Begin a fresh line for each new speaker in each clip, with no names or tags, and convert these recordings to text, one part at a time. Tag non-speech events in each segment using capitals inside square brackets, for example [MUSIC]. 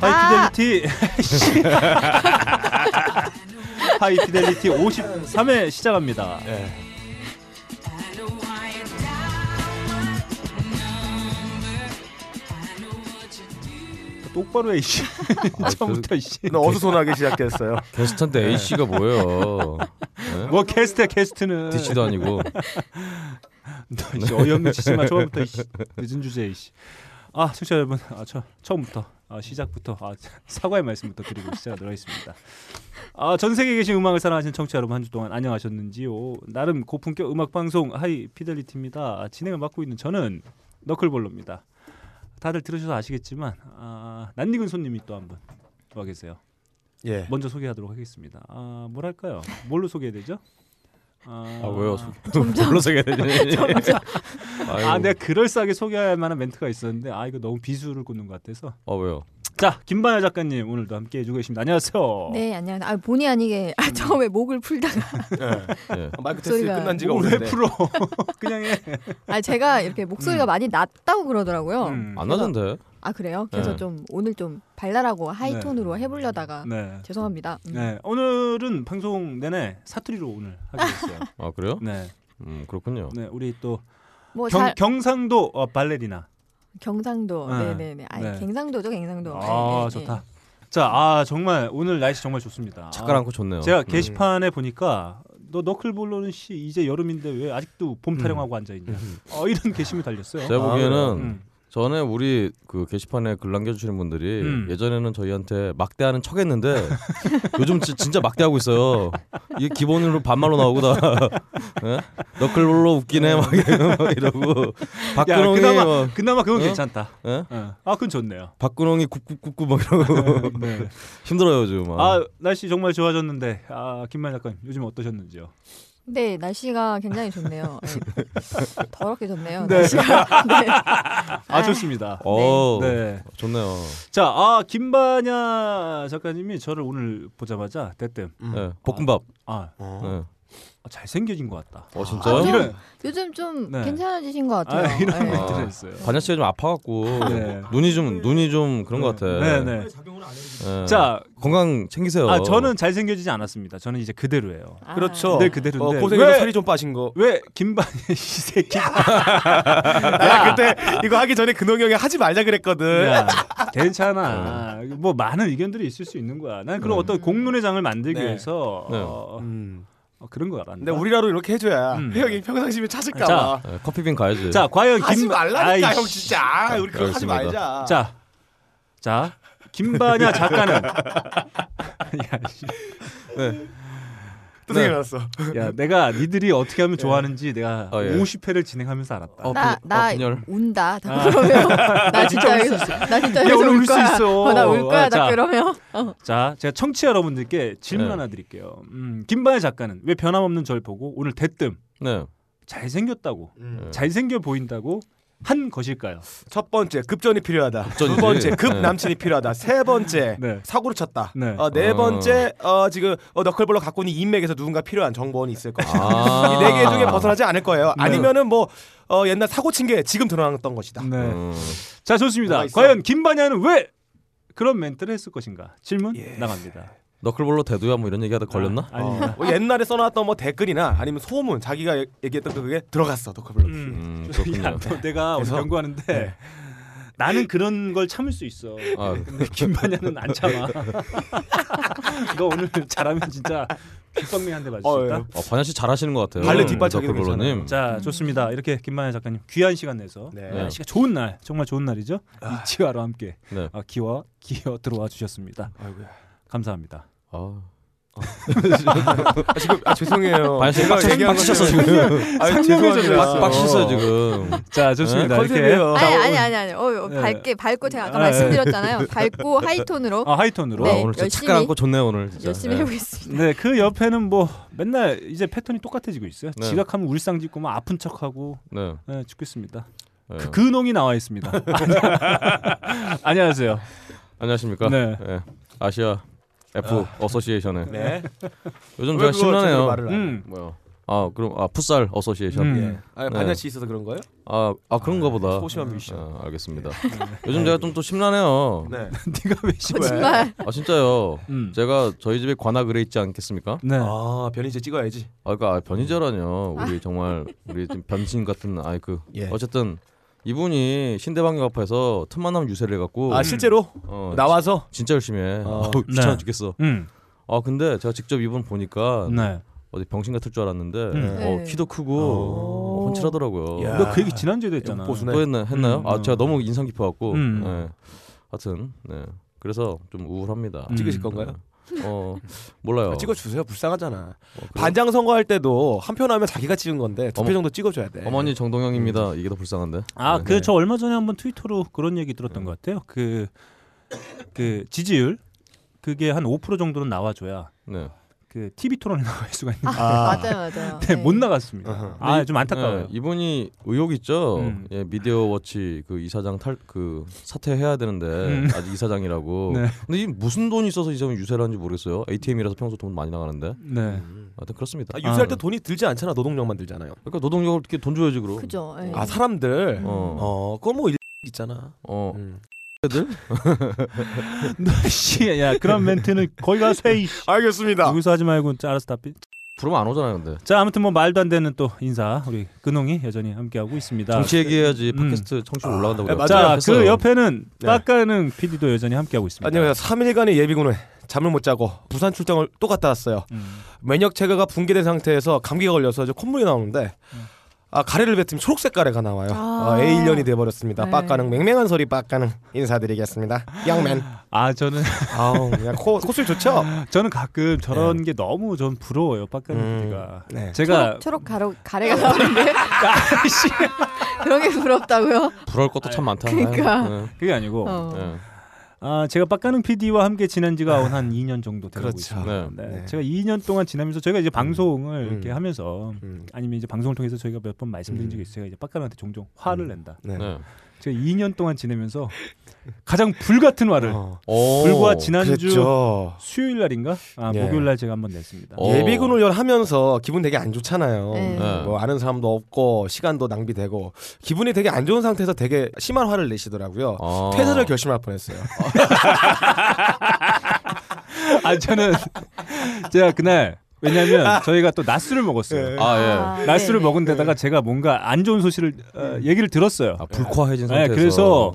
아.
하이피델리티 [LAUGHS] 하이피델리티 53회 시작합니다. 예.
네.
똑바로 해 이씨. [LAUGHS] 처음부터 이씨.
네?
근데 어수선하게 시작했어요.
게스트한테
네.
A 씨가 뭐예요? 네?
뭐 게스트야 게스트는
DC도 아니고
너 이씨 어이없는 짓지만 처음부터 이씨. 늦은 주제에 이씨. 아 청취자 여러분 아, 처, 처음부터 아, 시작부터 아, 사과의 말씀부터 드리고 시작하도록 하겠습니다. 아, 전 세계에 계신 음악을 사랑하시는 청취자 여러분 한 주 동안 안녕하셨는지요. 나름 고품격 음악 방송 하이 피델리티입니다. 아, 진행을 맡고 있는 저는 너클볼로입니다. 다들 들으셔서 아시겠지만 아, 낯익은 손님이 또 한 분 와 계세요.
[LAUGHS] 예.
[LAUGHS] 먼저 소개하도록 하겠습니다. 아, 뭐랄까요? 뭘로 소개해야 되죠? 아,
아 왜요? 뭘로 소개해야 되지? 아이고.
아, 내가 그럴싸하게 소개할 만한 멘트가 있었는데 아 이거 너무 비수를 꽂는 것 같아서.
아 왜요?
자, 김반야 작가님 오늘도 함께 해주고 계십니다. 안녕하세요.
네 안녕하세요. 아, 본의 아니게 아, 처음에
[LAUGHS]
목을 풀다가
예.
음,
마이크
테스트 목소리가-
테스트 끝난
끝난
지가
오, 왜
네.
[LAUGHS]
오래돼.
풀어? 그냥 해.
아, 제가 이렇게 목소리가
음.
많이 낮다고 그러더라고요.
음.
안 하던데.
아 그래요? 그래서
네.
좀 오늘 좀 발랄하고 하이톤으로 해보려다가
네.
죄송합니다. 음.
네. 오늘은 방송 내내 사투리로 오늘 하게
[LAUGHS]
됐어요.
아 그래요?
네.
음 그렇군요.
네, 우리 또
뭐
경,
잘,
경상도 어, 발레리나.
경상도
네.
네네네. 아
네.
갱상도죠 갱상도. 네,
아,
네,
좋다. 자, 아 정말 오늘 날씨 정말 좋습니다.
착각 안고 좋네요.
아, 제가 게시판에 보니까 너 너클볼로는 씨 이제 여름인데 왜 아직도
음.
봄 타령하고 앉아 있냐. 어 이런 [LAUGHS] 게시물 달렸어요.
제가
아,
보기에는
음.
전에 우리 그 게시판에 글 남겨주시는 분들이
음.
예전에는 저희한테 막대하는 척했는데 [LAUGHS] 요즘 지- 진짜 막대하고 있어요. 이게 기본으로 반말로 나오고 다 [LAUGHS] 예? 너클볼로 웃기네 막 이러고
음. 야,
박근홍이
그나마
막,
그나마 그건
아, 어?
괜찮다.
예?
어. 아, 그건 좋네요.
박근홍이 굽굽굽굽 막 이러고
[LAUGHS] 네.
힘들어요 요즘.
아, 날씨 정말 좋아졌는데 아, 김만 작가님 요즘 어떠셨는지요?
네 날씨가 굉장히 좋네요. 네.
[LAUGHS]
더럽게 좋네요.
네.
날씨가. [LAUGHS] 네.
아, 좋습니다.
어
네.
좋네요.
자, 아, 김반야 작가님이 저를 오늘 보자마자 대뜸
예, 볶음밥.
아,
어.
예.
아, 잘생겨진 것 같다.
어
아,
진짜요?
좀
이런-
요즘 좀
네.
괜찮아지신 것
아,
같아요.
이런
네.
멘트를 했어요.
반야 씨가 좀 아파갖고
네.
눈이 좀 눈이 좀 그런 것 같아.
네, 네.
예.
자,
건강 챙기세요.
아, 저는 잘생겨지지 않았습니다. 저는 이제 그대로예요.
아.
그렇죠.
늘 그대로인데.
어, 고생해서
왜-
살이 좀 빠진 거.
왜 김반야 이 새끼가
나 그때 이거 하기 전에 근홍이 형이 하지 말자 그랬거든.
야,
어.
괜찮아. 뭐 많은 의견들이 있을 수 있는 거야. 난 그런
네.
어떤 공론의 장을 만들기
네.
위해서
네.
어,
음.
어, 그런 거 알았는데.
근데 우리라도 이렇게 해줘야
음.
형이 평상심에 찾을까
자,
봐.
예, 커피빈 가야지.
자, 과연
하지
김
말라니까
아이씨.
형 진짜. 아, 우리 그거 하지
알겠습니다.
말자.
자, 자, 김반야 작가는 야, 씨.
또
네.
생각났어.
야, 내가 니들이 어떻게 하면 좋아하는지 내가
어, 예.
50회를 진행하면서 알았다.
어,
나,
분- 어,
나
분열.
운다. 나 그러면 나 진짜 여기서 나 진짜
야,
여기서
오늘
울
울수
거야.
있어.
어, 나울 거야.
아, 자.
나 그러면. 어.
자, 제가 청취자 여러분들께 질문
네.
하나 드릴게요. 음, 김반야 작가는 왜 변함없는 절 보고 오늘 대뜸
네.
잘생겼다고,
네.
잘생겨 보인다고 한 것일까요?
첫 번째 급전이 필요하다.
급전이지.
두 번째 급
네.
남친이 필요하다. 세 [LAUGHS] 번째
네.
사고를 쳤다.
네.
네, 어, 네
아.
번째 어, 지금 어, 너클볼로 갖고 있는 인맥에서 누군가 필요한 정보원이 있을 것이다.
아.
[LAUGHS] 이 네 개 중에 벗어나지 않을 거예요.
네.
아니면은 뭐 어, 옛날 사고 친 게 지금 드러났던 것이다.
네.
음.
자, 좋습니다.
뭐가 있어?
과연 김반야는 왜 그런 멘트를 했을 것인가? 질문 나갑니다.
너클볼로 대두야 뭐 이런 얘기하다 걸렸나?
아, 아닙니다.
예. 어, 뭐 옛날에 써놨던 뭐 댓글이나 아니면 소문 자기가 얘- 얘기했던 그게 들어갔어 너클볼로.
음.
음,
야,
그렇군요.
너 내가 오늘
그래서- 네.
연구하는데 나는 그런 걸 참을 수 있어.
아,
근데 김반야는 안
[LAUGHS]
참아. 너 오늘 잘하면 진짜 귓방맹한테 맞을
어,
수 있다.
어, 반야 씨 잘하시는 것 같아요.
발레 뒷발차기도
너클볼로님.
자, 좋습니다. 이렇게 김만야 작가님 귀한 시간 내서
네. 아.
네. 시간 좋은 날, 정말 좋은 날이죠. 이치와로 함께
네.
아, 기와 기어 들어와 주셨습니다.
아이고야.
감사합니다.
아.
아, 지금
[LAUGHS]
아, 죄송해요.
반야 씨
제가
빡-
얘기한
빡치셨어
거는-
지금.
[LAUGHS]
아유,
상냥해졌어요.
죄송합니다.
빡치셨어요 지금.
자, 좋습니다. 이렇게
네, 컨셉이에요.
아니 아니 아니 아니. 어, 어,
네.
밝게 밝고 제가 아까
아,
말씀드렸잖아요. 밝고 하이톤으로
아, 하이톤으로.
와
네,
오늘 진짜
열심히-
착각 안고 좋네요 오늘. 진짜.
열심히
네.
해보겠습니다.
네, 그 옆에는 뭐 맨날 이제 패턴이 똑같아지고 있어요.
네.
지각하면 울상 짓고 막 아픈 척하고
네.
네, 죽겠습니다.
네.
그 근홍이 나와 있습니다. [LAUGHS] 안녕하세요.
안녕하십니까?
네.
예. 아시아 F 어서시에이션의
네.
요즘 제가
왜 그거 제대로
심란해요. 그
말을 안 해?
음. [LAUGHS]
뭐요? 아 그럼 아 풋살 어소시에이션.
음.
예. 아,
네.
반야씨 있어서 그런 거예요?
아, 아 그런가 보다.
소심한 뮤지션.
아, 알겠습니다. 요즘 제가 좀 또 심란해요.
네.
네가 왜 씨발?
아, 정말
아 진짜요.
음.
제가 저희 집에 관악을 해 있지 않겠습니까?
네.
아 변이제 찍어야지.
아 그러니까 변이자라뇨. 우리 정말 우리 좀 변신 같은 아이 그
아. 예.
어쨌든 이분이 신대방역 앞에서 틈만 나면 유세를 해갖고
아 실제로
어,
나와서
진짜 열심히 해.
어.
어우, 귀찮아
네.
죽겠어.
음.
아 근데 제가 직접 이분 보니까
음.
네.
어디 병신 같을 줄 알았는데
음.
아, 어,
네.
키도 크고 어, 훤칠하더라고요.
야.
너 그 얘기 지난주에도 했잖아.
보수네.
또 했나 했나요?
음,
아
음.
제가 너무 인상 깊어갖고
음.
네. 하여튼 네. 그래서 좀 우울합니다.
음.
찍으실 건가요?
어 몰라요.
아, 찍어주세요. 불쌍하잖아.
어, 그래요?
반장 선거할 때도 한 표 나면 자기가 찍은 건데 두 표
어머.
정도 찍어줘야 돼.
어머니 정동영입니다. 이게 더 불쌍한데.
아,
네.
그 저 얼마 전에 한번 트위터로 그런 얘기 들었던 것 같아요. 그, 그 지지율 그게 한 5% 정도는 나와줘야
네.
그 TV 토론에 [LAUGHS] 나갈 수가 있는.
아,
아.
맞아요 맞아요.
네, 못 나갔습니다.
어허.
아, 좀 안타까워요.
네, 이분이 의혹 있죠.
음.
예, 미디어 워치 그 이사장 탈 그 사퇴해야 되는데
음.
아직 이사장이라고.
[LAUGHS] 네.
근데 이 무슨 돈이 있어서 이 사람이 유세를 하는지 모르겠어요. ATM이라서 평소 돈 많이 나가는데.
네.
음.
하여튼 그렇습니다.
아, 유세할
아.
때 돈이 들지 않잖아. 노동력만 들잖아요.
그러니까 노동력을 이렇게 돈 줘야지 그럼.
그죠. 예.
아 사람들.
음.
어.
어 그건 뭐 일... 있잖아.
어.
음.
씨, 야 그런 멘트는 거기 가서 해. 이씨.
알겠습니다.
여기서 하지 말고 자, 알아서 답변.
부르면 안 오잖아요, 근데.
자 아무튼 뭐 말도 안 되는 또 인사 우리 근홍이 여전히 함께 하고 있습니다.
정치 얘기해야지
음.
팟캐스트 청취율 올라간다고.
아,
그래요.
자
맞아요.
그 옆에는
네.
빡가는 PD도 여전히 함께 하고 있습니다.
안녕하세요. 3일간의 예비군에 잠을 못 자고 부산 출장을 또 갔다 왔어요.
음.
면역 체계가 붕괴된 상태에서 감기가 걸려서 이제 콧물이 나오는데
음.
아 가래를 뱉으면 초록색 가래가 나와요.
아.
아, A1년이 돼버렸습니다.
네.
빡가는 맹맹한 소리 빡가는 인사드리겠습니다. 양맨.
아 저는 [LAUGHS]
아우 그냥 코 코술
아,
좋죠.
저는 가끔 저런 게 너무 전 부러워요 빡가는
음.
PD가.
네.
제가
초록 가로 가래가 나오는데
아, 씨.
[LAUGHS] 그런 게 부럽다고요?
부러울 것도 참 많다.
그러니까.
네.
그게 아니고
어.
네.
아 제가 빡가는 PD와 함께 지낸 지가 한 2년 정도 되고
그렇죠.
있습니다. 네.
네.
제가 2년 동안 지나면서 저희가 이제 방송을
음.
이렇게 하면서
음.
아니면 이제 방송을 통해서 저희가 몇 번 말씀드린
음.
적이 있어요. 제가 이제 빡가는한테 종종 화를 낸다.
네.
네.
제가 2년 동안 지내면서 가장 불 같은 화를
어,
오.
불과 지난주
그랬죠.
수요일 날인가? 아,
예.
목요일 날 제가 한번 냈습니다.
어.
예비군 훈련 하면서 기분 되게 안 좋잖아요.
네.
네.
뭐 아는 사람도 없고 시간도 낭비되고 기분이 되게 안 좋은 상태에서 되게 심한 화를 내시더라고요.
어.
아.
퇴사를 결심할
[LAUGHS]
뻔했어요.
아 저는 [LAUGHS] 제가 그날 왜냐하면 저희가 또 낮술을 먹었어요.
예.
아 예.
낮술을
네네.
먹은 데다가 제가 뭔가 안 좋은 소식을 어, 얘기를 들었어요.
음. 아, 불쾌해진
네,
상태에서.
그래서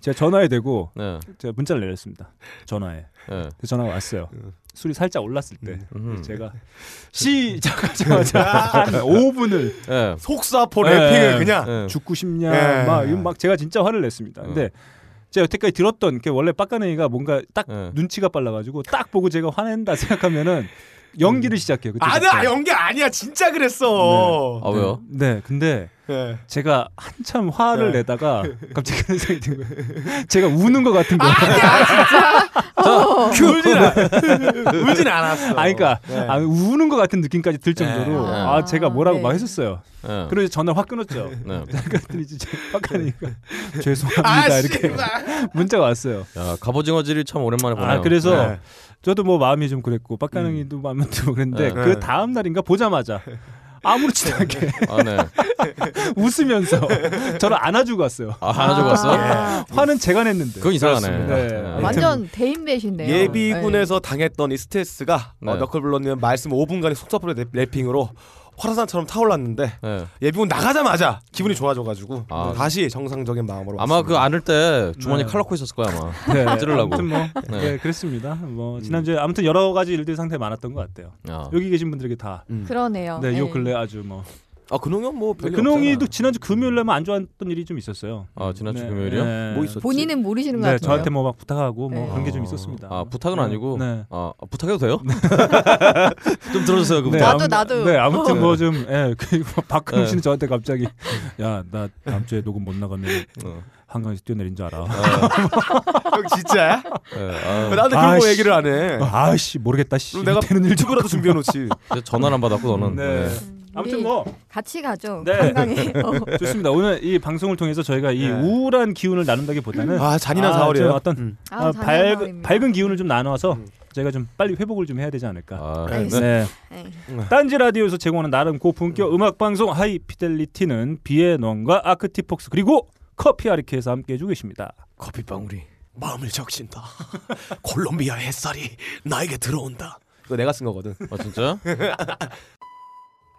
제가 전화에 대고
네.
제가 문자를 내렸습니다. 전화에
네.
그래서 전화가 왔어요. 술이 살짝 올랐을 때
음.
제가 시작하자마자 한 5분을
네.
속사포
네.
랩핑을 그냥
네.
죽고 싶냐
예.
막, 이건 막 제가 진짜 화를 냈습니다. 근데 제가 여태까지 들었던 그 원래 빡가능이가 뭔가 딱
예.
눈치가 빨라가지고 딱 보고 제가 화낸다 생각하면은 연기를 시작해요. 그때부터.
아나 연기 아니야 진짜 그랬어.
아 왜요?
네, 어. 근데
예.
제가 한참 화를
네.
내다가 갑자기 그런 생각이 든 거예요. 제가 우는 것 같은 거예요.
큐 울진 않 울진 않았어.
[LAUGHS] 아, 그러니까
네.
아, 우는 것 같은 느낌까지 들 정도로
네.
아, 제가 뭐라고
네.
막 했었어요.
네.
그래서 전화 확 끊었죠. [LAUGHS]
네.
그랬더니 이제 빡가니까 죄송합니다
아,
이렇게
씨발.
[LAUGHS] 문자가 왔어요.
야 갑오징어질이 참 오랜만에 보네요.
아 그래서
네.
저도 뭐 마음이 좀 그랬고 빡가능이도 마음이 좀 그랬는데
네.
그 다음 날인가 보자마자 아무렇지도 않게 [LAUGHS]
아 네.
웃으면서 저를 안아주고 예. 왔어요.
아 하나 주고 왔어?
아,
화는 제가 냈는데.
그건 이상하네.
그렇습니다. 네.
네.
완전 대인배신데요.
예비군에서
네.
당했던 이 스트레스가
네.
어, 너클블러님 말씀 5분간의 속사포 랩- 랩핑으로 화산처럼 타올랐는데
네.
예비군 나가자마자 기분이 좋아져가지고
아.
다시 정상적인 마음으로
아마 그 안을 때 주머니
네.
칼 넣고 있었을 거야 아마.
네.
[LAUGHS] 찌르려고.
아무튼 뭐
네. 음.
네, 그랬습니다. 뭐 지난주에 아무튼 여러 가지 일들 상태 많았던 것 같아요.
야.
여기 계신 분들에게 다.
그러네요.
네, 요
예.
근래 아주 뭐
아 근홍이 뭐 별일
근홍이도
없잖아.
지난주 금요일날만 안 좋았던 일이 좀 있었어요.
아 지난주
네.
금요일이요?
네.
뭐 있었지?
본인은 모르시는 것
네,
같아요.
저한테 뭐 막 부탁하고 뭐
네.
그런 게 좀
아.
있었습니다.
아 부탁은 아니고.
네.
아 아, 부탁해도 돼요? [LAUGHS] 좀 들어주세요 그 부탁.
나도,
아무-
나도.
네 아무튼
어.
뭐 좀
[LAUGHS]
예 그리고 박근홍
네.
씨는 저한테 갑자기 야 나 다음 주에 녹음 못 나가면
어.
한강에서 뛰어내린 줄
네.
알아.
형
[LAUGHS]
진짜야?
네, 아,
나한테 그런
어. 아이씨.
거 얘기를 안 해.
[LAUGHS] 아씨 모르겠다 씨.
그럼 내가 음,
되는 일
유튜브라도 준비해놓지.
이제 전화를 안 받았고 너는.
네.
네.
아무튼
우리
뭐
같이 가죠.
네.
건강에. 어.
좋습니다. 오늘 이 방송을 통해서 저희가 이
네.
우울한 기운을 나눈다기보다는
아 잔인한
아, 좀
사월이에요. 음.
어떤
아,
아,
잔인한
밝은
마음입니다.
밝은 기운을 좀 나눠서 저희가 좀 빨리 회복을 좀 해야 되지 않을까.
아,
알겠습니다.
네.
네.
딴지 라디오에서 제공하는 나름 고품격 음악 방송 하이피델리티는 비에넌과 아크티폭스 그리고 커피 아리케에서 함께 해주고 계십니다.
커피 방울이.
마음을 적신다. [LAUGHS] 콜롬비아 햇살이 나에게 들어온다.
그거 내가 쓴 거거든.
아 진짜?
네.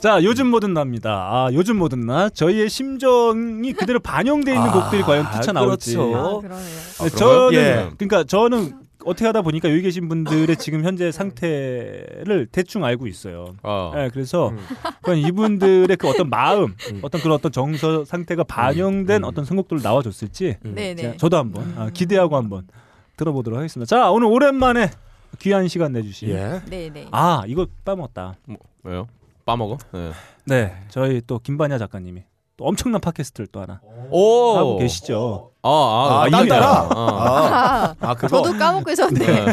자 요즘 뭐든 납니다. 아 요즘 뭐든 나 저희의 심정이 그대로 반영돼 있는 곡들이 과연
아,
뛰쳐나올지.
그렇죠.
아
어?
그러네요.
아, 그런가요?
저는
예.
그러니까 저는 어떻게 하다 보니까 여기 계신 분들의 지금 현재 상태를 대충 알고 있어요.
아,
네.
예, 그래서 그냥 이분들의 그 어떤
[LAUGHS]
마음, 어떤 그런 어떤 정서
음.
상태가 반영된 어떤 선곡들로 나와줬을지
네네.
제가 저도 한번 아, 기대하고 한번 들어보도록 하겠습니다. 자 오늘 오랜만에 귀한 시간 내주신
예.
네네.
아 이거 빠먹었다.
뭐, 왜요? 빠먹어? 네.
네 저희 또 김반야 작가님이 또 엄청난 팟캐스트를 또 하나
오
하고 계시죠.
아, 아,
아,
이름이야.
딴 따라?
아.
아,
아,
아 그거.
저도 까먹고 있었는데.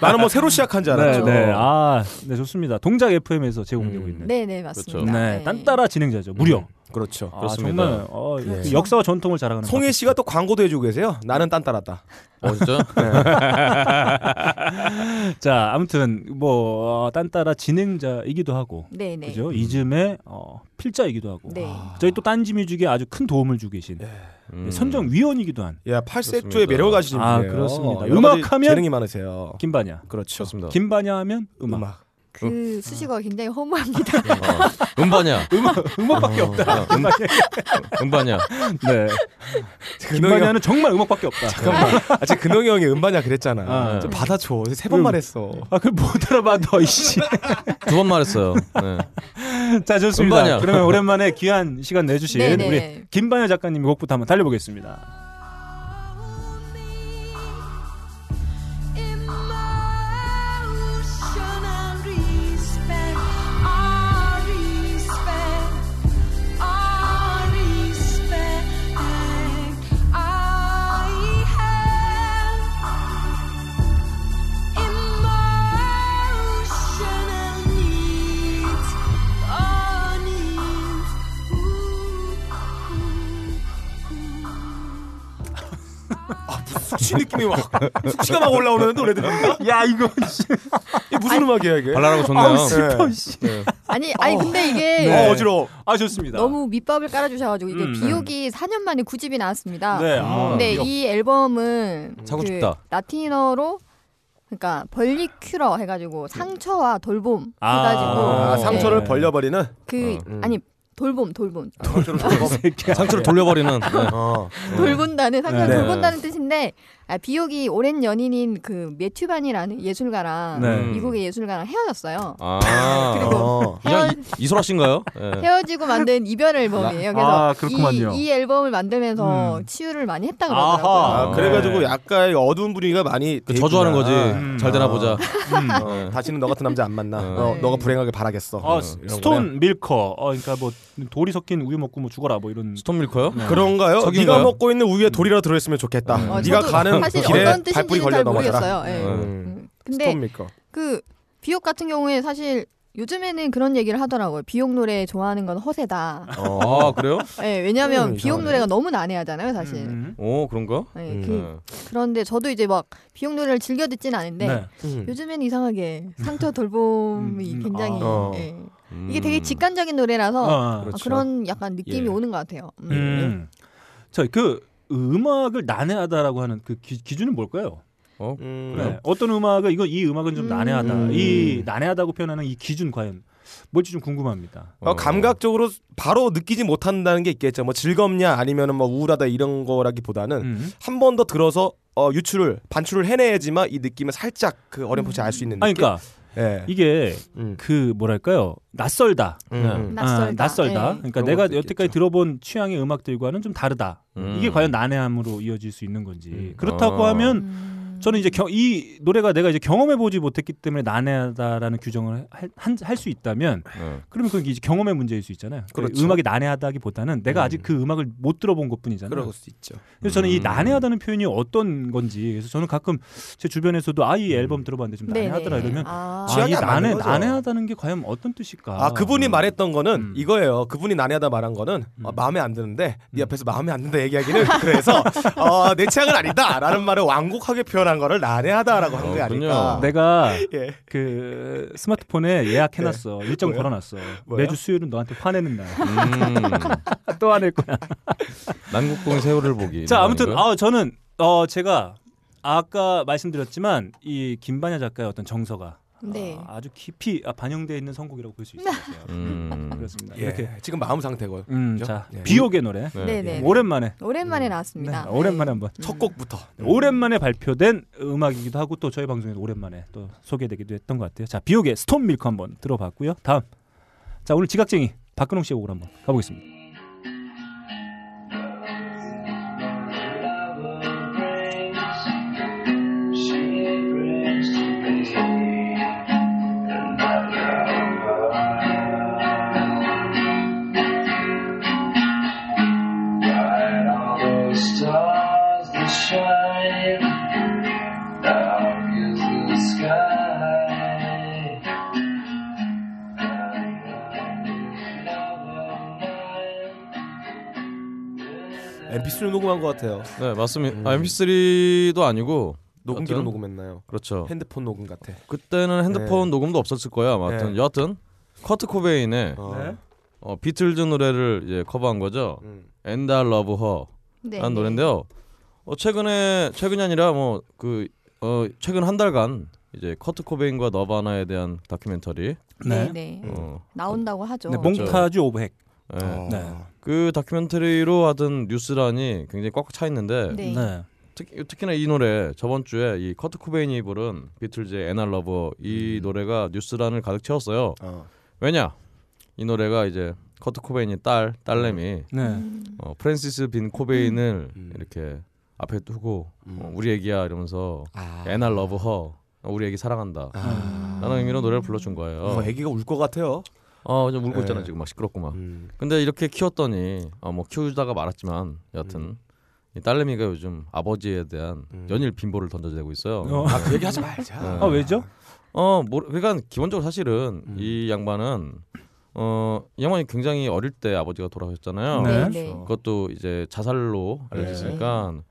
나는 뭐 새로 시작한 줄
네,
알았죠.
네, 아, 네 좋습니다. 동작 FM에서 제공되고
음.
있는.
네네 맞습니다.
그렇죠.
네, 딴따라 진행자죠. 무려.
그렇죠.
아,
그렇습니다.
정말 어, 그
그렇죠.
역사와 전통을 자랑하는.
송혜
팟캐스트.
씨가 또 광고도 해주고 계세요. 나는 딴따라다.
어 진짜?
자, 아무튼 뭐 어, 딴따라 진행자이기도 하고,
네네.
그죠? 이즘의 어, 필자이기도 하고. 아,
네.
저희 또 딴지뮤직에 아주 큰 도움을 주고 계신 네,
음.
선정 위원이기도 한
예, 팔색조의
그렇습니다.
매력을 가지신
아,
분이에요.
그렇습니다.
여러 가지
음악하면-
재능이 많으세요.
김반야.
그렇죠.
좋습니다.
김반야 하면 음악.
음악.
그 수식어가 굉장히 허무합니다.
어. 음반이야.
음악밖에
어, 야, 음, 음반이야.
네. 김반야는 정말 음악밖에 없다.
잠깐만. 아, 제 근홍이 형이 음반이야 그랬잖아.
아,
저 받아줘. 세 번
음.
말했어.
아, 그걸 못 알아봐 너 이씨.
두 번 말했어요. 네.
자 좋습니다.
음반이야.
[LAUGHS]
그러면 오랜만에 귀한 시간 내주신
네네.
우리 김반야 작가님의 곡부터 한번 달려보겠습니다.
Emotional respect, our respect, our respect. I have emotional needs, oh needs.
숙취 느낌이 막 숙취가 막 올라오는 노래들입니다.
[LAUGHS] 야 이거
이게 무슨 음악이야 이게? 어,
발랄하고 좋네요.
슬퍼,
씨.
아니 아니 근데 이게
어, 어지러워.
아 좋습니다.
너무 밑밥을 깔아주셔가지고 이게
음.
비옥이 4년 만에 9집이 나왔습니다.
네.
음,
아,
근데
비옥.
이 앨범은
사고
그
싶다.
라틴어로 그러니까 벌리큐러 해가지고 상처와 돌봄
아.
해가지고
아,
네.
상처를
네.
벌려버리는
그 아니 돌봄 돌봄
상처를 벌려버리는.
상처를 돌려버리는. 네.
어.
돌본다는 상처를
네.
돌본다는 뜻인데 아, 비옥이 오랜 연인인 그 매튜반이라는 예술가랑
네.
음.
미국의 예술가랑 헤어졌어요.
아.
그리고
어.
헤어,
그냥 이- 이소라 씨인가요? 네.
헤어지고 만든 이별 앨범이에요. 그래서
아, 그렇구만요.
이, 이 앨범을 만들면서
음.
치유를 많이 했다
아하.
그러더라고요.
아, 그래가지고 약간 어두운 분위기가 많이
그
돼
저주하는 거지.
있구나.
음.
잘
아.
되나 보자.
어, 다시는 너 같은 남자 안 만나.
음.
어, 너가 불행하게 바라겠어.
아,
어,
스-
이런 거네.
스톤 밀커. 어, 그러니까 뭐 돌이 섞인 우유 먹고 뭐 죽어라 뭐 이런.
스톤 밀커요?
네. 그런가요?
어. 저긴가요?
네가 먹고 있는 우유에 돌이라 들어있으면 좋겠다.
어,
네가
저도
가는 그
사실
길에
어떤 뜻인지는
발뿌리 걸려
잘
넘어져라.
모르겠어요. 예.
음.
음. 근데
스톤 밀거.
그 비옥 같은 경우에 사실 요즘에는 그런 얘기를 하더라고요. 비옥 노래 좋아하는 건 허세다.
어.
아 그래요?
예, 왜냐하면
음,
비옥
이상하네.
노래가 너무 난해하잖아요, 사실.
음.
오 그런가?
예,
음.
그, 런데 저도 이제 막 비옥 노래를 즐겨 듣진 않은데
네.
음.
요즘엔 이상하게 상처 돌봄이
[LAUGHS]
음, 음,
굉장히
아.
예.
음.
이게 되게 직관적인 노래라서
아,
아,
그렇죠.
그런 약간 느낌이
예.
오는 것 같아요. 음.
음.
네.
자, 그 음악을 난해하다라고 하는 그 기, 준은 뭘까요?
어?
음.
네. 어떤 음악을 이거 이 음악은 좀
음.
난해하다.
음.
이 난해하다고 표현하는 이 기준 과연 뭘지 좀 궁금합니다.
어, 감각적으로 바로 느끼지 못한다는 게 있겠죠. 뭐 즐겁냐 아니면은 뭐 우울하다 이런 거라기보다는
음.
한 번 더 들어서 어, 유출을 반출을 해내야지만 이 느낌을 살짝 그 어렴풋이 알 수 있는
아니
느낌.
그러니까
예.
이게
음.
그 뭐랄까요? 낯설다.
음.
낯설다.
아, 낯설다.
예.
그러니까
그런
내가
것도
여태까지
있겠죠.
들어본 취향의 음악들과는 좀 다르다.
음.
이게 과연 난해함으로 이어질 수 있는 건지.
음.
그렇다고
아.
하면
음.
저는 이제 겨- 이 노래가 내가 이제 경험해 보지 못했기 때문에 난해하다라는 규정을 할 수 있다면
네.
그러면 그게 이제 경험의 문제일 수 있잖아요. 그
그렇죠.
음악이 난해하다기보다는 내가
음.
아직 그 음악을 못 들어본 것뿐이잖아요.
그럴 수 있죠.
그래서 저는 이
음.
난해하다는 표현이 어떤 건지 그래서 저는 가끔 제 주변에서도 아 이
음.
앨범 들어봤는데 좀
네네.
난해하더라 이러면
아,
아, 이
취향이 안 맞는
난해
거죠.
난해하다는 게 과연 어떤 뜻일까?
아 그분이
음.
말했던 거는
음.
이거예요. 그분이 난해하다 말한 거는
음.
어, 마음에 안 드는데 네 앞에서 마음에 안 든다 얘기하기는 [LAUGHS] 그래서 어, 내 취향은 아니다라는 말을 완곡하게 표현한 거를 난해하다라고 한 게
그렇군요.
아닐까. [LAUGHS]
내가
예.
그 스마트폰에 예약해놨어 일정
네. 뭐야?
걸어놨어
뭐야?
매주 수요일은 너한테 화내는
[LAUGHS]
음.
날 또 화낼 거야.
난국공의 세월을 보기.
자 아무튼
이런 거인가요?
아 저는 어 제가 아까 말씀드렸지만 이 김반야 작가의 어떤 정서가
네.
아, 주 깊이 아, 반영되어 있는 선곡이라고 볼 수 있을 것
[LAUGHS]
같아요.
음.
그렇습니다.
예.
이렇게
지금 마음 상태고요.
음,
그죠?
자
예.
비옥의 노래
네, 네.
오랜만에
오랜만에
네,
나왔습니다.
오랜만에 한번
첫 곡부터
음. 오랜만에 발표된 음악이기도 하고 또 저희 방송에도 오랜만에 또 소개되기도 했던 것 같아요. 자 비옥의 스톰 밀크 한번 들어봤고요. 다음 자 오늘 지각쟁이 박근홍 씨의 곡을 한번 가보겠습니다.
stars that shine dark as the sky.
MP3로 녹음한 것 같아요.
네 맞습니다. 아, MP3도 아니고
녹음기로
여튼
녹음했나요?
그렇죠.
핸드폰 녹음 같아.
그때는 핸드폰 녹음도 없었을 거야. 아마 하여튼
네.
여하튼 커트 코베인의
어.
네.
어, 비틀즈 노래를 이제 커버한 거죠.
음.
And I Love Her.
네.
라는
네.
노래인데요. 어, 최근에 최근이 아니라 뭐 그 어, 최근 한 달간 이제 커트 코베인과 너바나에 대한 다큐멘터리
네.
네.
네.
어,
나온다고 하죠.
네, 몽타주 오브 핵.
예.
어.
네.
그 다큐멘터리로 하던 뉴스란이 굉장히 꽉꽉 차 있는데
네.
네.
특히, 특히나 이 노래 저번 주에 이 커트 코베인이 부른 비틀즈의 애날 러버 이 노래가 뉴스란을 가득 채웠어요.
음. 어.
왜냐 이 노래가 이제 커트 코베인의 딸 딸내미
네.
어, 프랜시스 빈 코베인을
음.
이렇게 앞에 두고
음.
어, 우리 애기야 이러면서
아.
애날 러브 허 우리 애기 사랑한다
아.
라는 의미로 노래를 불러준 거예요.
어, 애기가 울 것 같아요.
어, 좀 울고
네.
있잖아 지금 막 시끄럽구만.
음.
근데 이렇게 키웠더니 어, 뭐 키우다가 말았지만 여하튼 이 딸내미가 요즘 아버지에 대한
음.
연일 빈보를 던져대고 있어요.
어.
아, 그 얘기 하지 말자.
아 왜죠?
어, 뭐, 그러니까 기본적으로 사실은
음.
이 양반은 어, 이 양반이 굉장히 어릴 때 아버지가 돌아가셨잖아요.
네.
네.
네.
그것도 이제 자살로 알려졌으니까
네.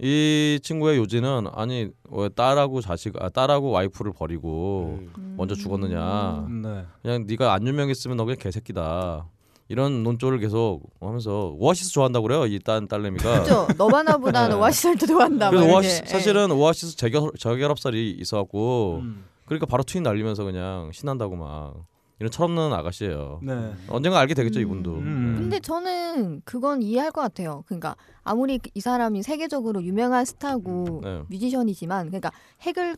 이 친구의 요지는 아니 왜 딸하고 자식, 아, 딸하고 와이프를 버리고
음.
먼저 죽었느냐.
어.
네.
그냥 네가 안 유명했으면 너 그냥 개새끼다. 이런 논조를 계속 하면서 오아시스 좋아한다고 그래요. 이딴 딸내미가.
그죠. 그렇죠. 네. 너바나보다는
네.
오아시스를 더 좋아한다.
그래서
막
오아시스
이렇게.
사실은 오아시스 재결, 재결합살이
뭐.
있어갖고
음.
그러니까 바로 트윈 날리면서 그냥 신난다고 막 이런 철없는 아가씨예요.
네.
언젠가 알게 되겠죠 이분도.
음.
예.
네.
근데 저는 그건 이해할 것 같아요. 그러니까 아무리 이 사람이 세계적으로 유명한
음.
스타고
네.
뮤지션이지만, 그러니까 핵을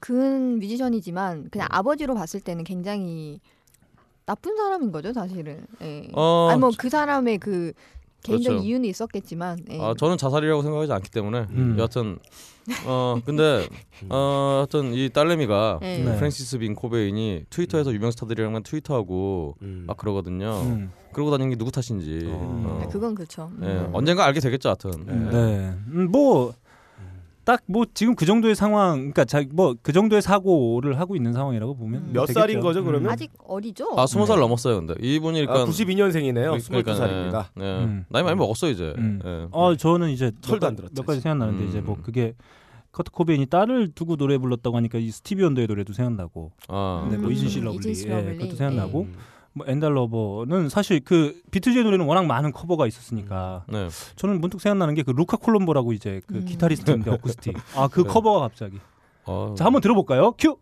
그은 뮤지션이지만
음.
그냥 아버지로 봤을 때는 굉장히 나쁜 사람인 거죠, 사실은. 예.
어,
아니 뭐 그 사람의 그 개인적 인
그렇죠.
이유는 있었겠지만. 예.
아, 저는 자살이라고 생각하지 않기 때문에
음.
여하튼 어 근데 어 하여튼 이 딸내미가
네.
네.
프랜시스 빈 코베인이 트위터에서 유명 스타들이랑만 트윗하고
음.
막 그러거든요.
음.
그러고 다니는 게 누구 탓인지. 어.
아, 그건 그렇죠.
예,
음.
언젠가 알게 되겠죠 하여튼.
네.
예.
음, 뭐. 딱 뭐 지금 그 정도의 상황, 그러니까 뭐그 정도의 사고를 하고 있는 상황이라고 보면
몇
되겠죠.
살인 거죠, 그러면?
아직 어리죠.
아 스무 살 넘었어요 근데 이분이
아,
그러니까
92년생이네요. 스물
그러니까,
두살입니다
예, 예.
음.
나이 많이 먹었어 이제.
음.
예.
어 저는 이제
철도
몇
안
가-
들었지,
몇 가지 생각나는데 이제 뭐
음.
그게 커트 코베인이 딸을 두고 노래 불렀다고 하니까 이 스티비 원더의 노래도 생각나고
아.
네, 뭐
음.
이진 씨
이진
러블리,
씨
예,
러블리.
그것도 생각나고
음.
뭐 엔달 러버는 사실 그 비틀즈의 노래는 워낙 많은 커버가 있었으니까
네.
저는 문득 생각나는 게 그 루카 콜롬보라고 이제 그
음.
기타리스트인데 어쿠스틱 아 그 커버가 갑자기
어.
자 한번 들어볼까요? 큐.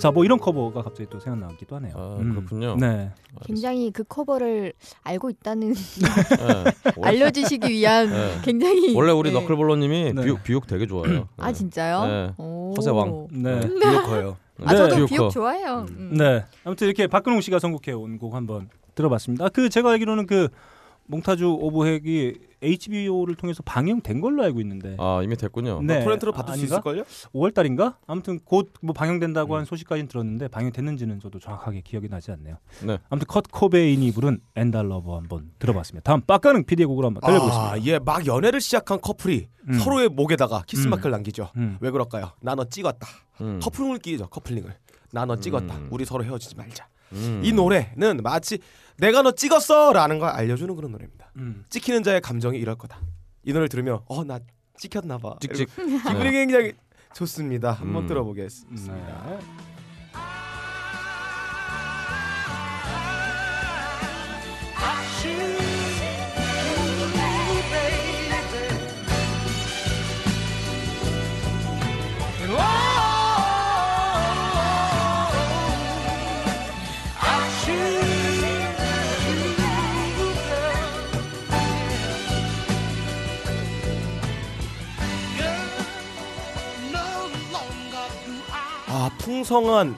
자, 뭐 이런 커버가 갑자기 또 생각나기도 하네요.
아, 그렇군요.
네.
굉장히 그 커버를 알고 있다는
예.
[LAUGHS]
원래- [LAUGHS]
알려주시기 위한
네.
굉장히
원래 우리
네.
너클볼러님이
네.
비욕, 비욕 되게 좋아해요.
아
예.
진짜요?
네.
오.
허세왕.
네.
네.
비요커요.
아 저도
비옥커.
비옥 좋아해요. 음.
네. 아무튼 이렇게 박근홍 씨가 선곡해 온 곡 한번 들어봤습니다. 아, 그 제가 알기로는 그 몽타주 오브핵이 HBO를 통해서 방영된 걸로 알고 있는데.
아 이미 됐군요.
네.
토렌트로 받을 수
아닌가?
있을걸요?
5월 달인가? 아무튼 곧 뭐 방영된다고
음.
한 소식까지는 들었는데 방영됐는지는 저도 정확하게 기억이 나지 않네요.
네.
아무튼 컷 코베인이 부른 엔달러버 한번 들어봤습니다. 다음 빡가는 PD의 곡으로 한번 들려보겠습니다.
아, 예, 막 연애를 시작한 커플이
음.
서로의 목에다가 키스
음.
마크를 남기죠.
음.
왜 그럴까요? 나너 찍었다.
음.
커플링을 끼죠. 커플링을. 나너 찍었다.
음.
우리 서로 헤어지지 말자.
음.
이 노래는 마치 내가 너 찍었어라는 걸 알려주는 그런 노래입니다.
음.
찍히는 자의 감정이 이럴 거다. 이 노래를 들으면 어 나 찍혔나 봐.
찍찍. 네.
이러면서 기분이 굉장히 좋습니다. 한번
음.
들어보겠습니다.
아.
네.
아 풍성한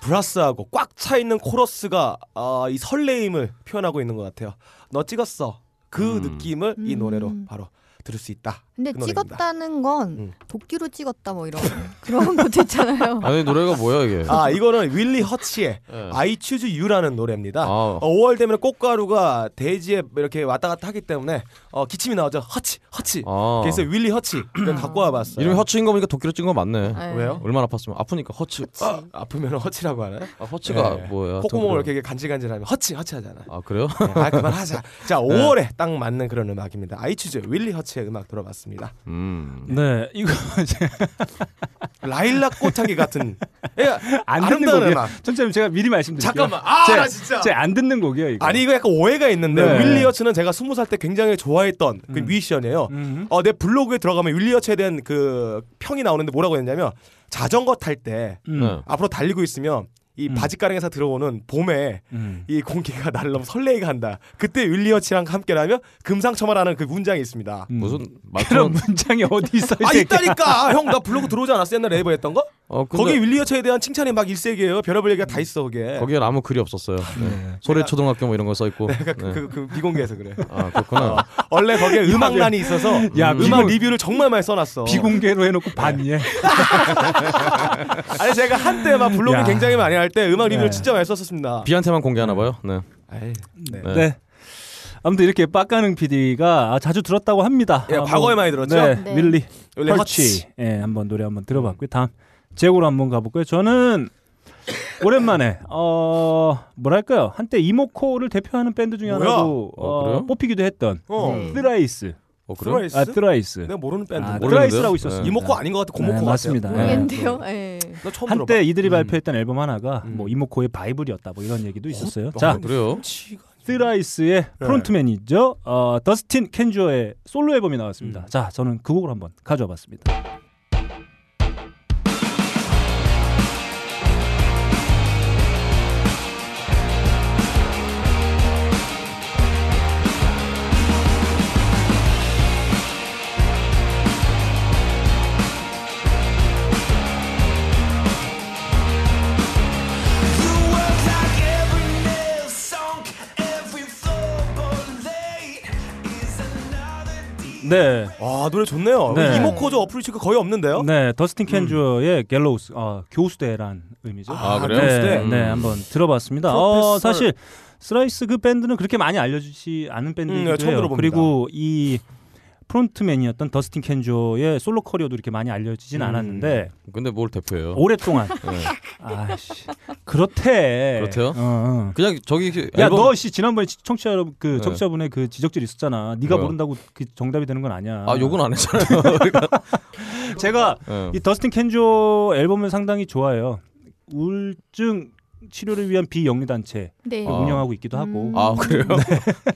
브라스하고 꽉 차 있는 코러스가 아, 이 설레임을 표현하고 있는 것 같아요. 너 찍었어 그
음.
느낌을 이
음.
노래로 바로 들을 수 있다.
근데
그 노래입니다.
찍었다는 건
음.
도끼로 찍었다 뭐 이런 [LAUGHS] 그런 것도 있잖아요.
아니 노래가 뭐야 이게?
아 이거는 윌리
[LAUGHS]
허치의
예.
I Choose You라는 노래입니다.
아.
어, 5월 되면 꽃가루가 대지에 이렇게 왔다 갔다 하기 때문에 어, 기침이 나오죠. 허치, 허치.
아.
그래서 윌리 허치를 갖고 와봤어요.
이름이 허츠인 거 보니까 도끼로 찐거 맞네.
네.
왜요?
얼마나 아팠으면 아프니까 허츠.
아, 아프면 허치라고 하나요?
아, 허츠가
예.
뭐야?
콧구멍을
좀
이렇게 간질간질하면 허치, 허치하잖아.
그래요. 아 그래요? [LAUGHS]
아 그만하자.
네.
자 5월에 딱 맞는 그런 음악입니다. 아이치즈 윌리 허치의 음악 들어봤습니다.
음.
네, 이거 [LAUGHS] 이제
라일락 꽃향기 같은. 예,
안 듣는
아름다운
곡이야.
음악.
천천히 제가 미리 말씀드릴게요.
잠깐만. 아, 나 진짜.
제안 듣는 곡이에요, 이거.
아니 이거 약간 오해가 있는데
네.
윌리 허치는 제가 스무 살 때 굉장히 좋아했던 그 뮤지션이에요.
음.
어, 내 블로그에 들어가면 윌리 허치에 대한 그 평이 나오는데 뭐라고 했냐면 자전거 탈 때
음.
네.
앞으로 달리고 있으면 이
음.
바지가랑에서 들어오는 봄에
음.
이 공기가 [LAUGHS] 날 너무 설레게 한다. 그때 윌리 허치랑 함께라면 금상첨화라는 그 문장이 있습니다.
음.
무슨
그런
말처럼
문장이 어디 있어? 이
아
새끼야.
있다니까 형 나 블로그 들어오지 않았어 옛날 레이버 했던 거
어, 근데
거기 윌리 허츠에 대한 칭찬이 막 일색이에요 별의별 얘기가 다 있어 거기에
거기엔 아무 글이 없었어요. 네. 소래 초등학교 뭐 이런 거 써 있고. 네.
그, 어. 그 비공개해서 그래
아 그렇구나.
원래 거기에 음악란이 있어서
야, 비공-
음악 리뷰를 정말 많이 써놨어
비공개로 해놓고 반예.
아니 제가 한때 막 블로그
야. 굉장히
굉장히 많이 할 때 음악
리뷰를 네.
리뷰를
진짜
진짜 많이 썼었습니다.
비한테만 공개하나 봐요. 네.
네.
네.
네. 아무튼 이렇게 빡가능 PD가 아, 자주 들었다고 합니다.
예,
아,
과거에 많이 들었죠?
네,
네.
밀리
원래
펄치. 예, 한번 노래 한번 들어봤고요. 다음 제고로 한번 가볼까요? 저는 오랜만에 어 뭐랄까요 한때 이모코를 대표하는 밴드 중에
뭐야?
하나로
아,
어,
그래요?
뽑히기도 했던
어.
네.
트라이스.
어 그래요?
트라이스?
아 트라이스.
내가 모르는
음.
밴드.
아,
아,
모르겠는데요?
트라이스라고 있었어요.
네.
이모코 아닌 것 같아. 고모코
네,
같아.
맞습니다. 네.
모르겠는데요. 예.
나 처음
한때 이들이
음.
발표했던 앨범 하나가
음.
뭐 이모코의 바이블이었다 뭐 이런 얘기도 있었어요.
어,
자,
어,
그래요?
스라이스의
네.
프론트맨이죠. 어, 더스틴 켄주어의 솔로 앨범이 나왔습니다.
음.
자, 저는 그 곡을 한번 가져와 봤습니다. 네.
와 아, 노래 좋네요.
네.
이모코 저 어프리치크 거의 없는데요.
네,
음.
더스틴 켄주어의 갤로우스 어, 교수대란 의미죠.
아, 그래요?
네,
교수대. 음.
네, 한번 들어봤습니다. 어,
프로페서.
사실 스라이스 그 밴드는 그렇게 많이 알려지지 않은 밴드이기도
네, 처음
해요.
들어봅니다.
그리고 이 프론트맨이었던 더스틴 켄주어의 솔로 커리어도 이렇게 많이 알려지진
음.
않았는데
근데 뭘 대표해요?
오랫동안
네.
아씨 그렇대.
그렇대요?
어, 어.
그냥 저기
야,
앨범-
너 씨 지난번에 시- 청취자 여러분 그
네.
청취자분의 그 지적질 있었잖아. 네가
뭐야?
모른다고 그 정답이 되는 건 어. 아니야.
아 욕은 안 했잖아요.
제가
네.
이 더스틴 켄조 앨범을 상당히 좋아해요. 우울증 치료를 위한 비영리 단체 그
네.
아.
운영하고 있기도 하고.
음.
아 그래요?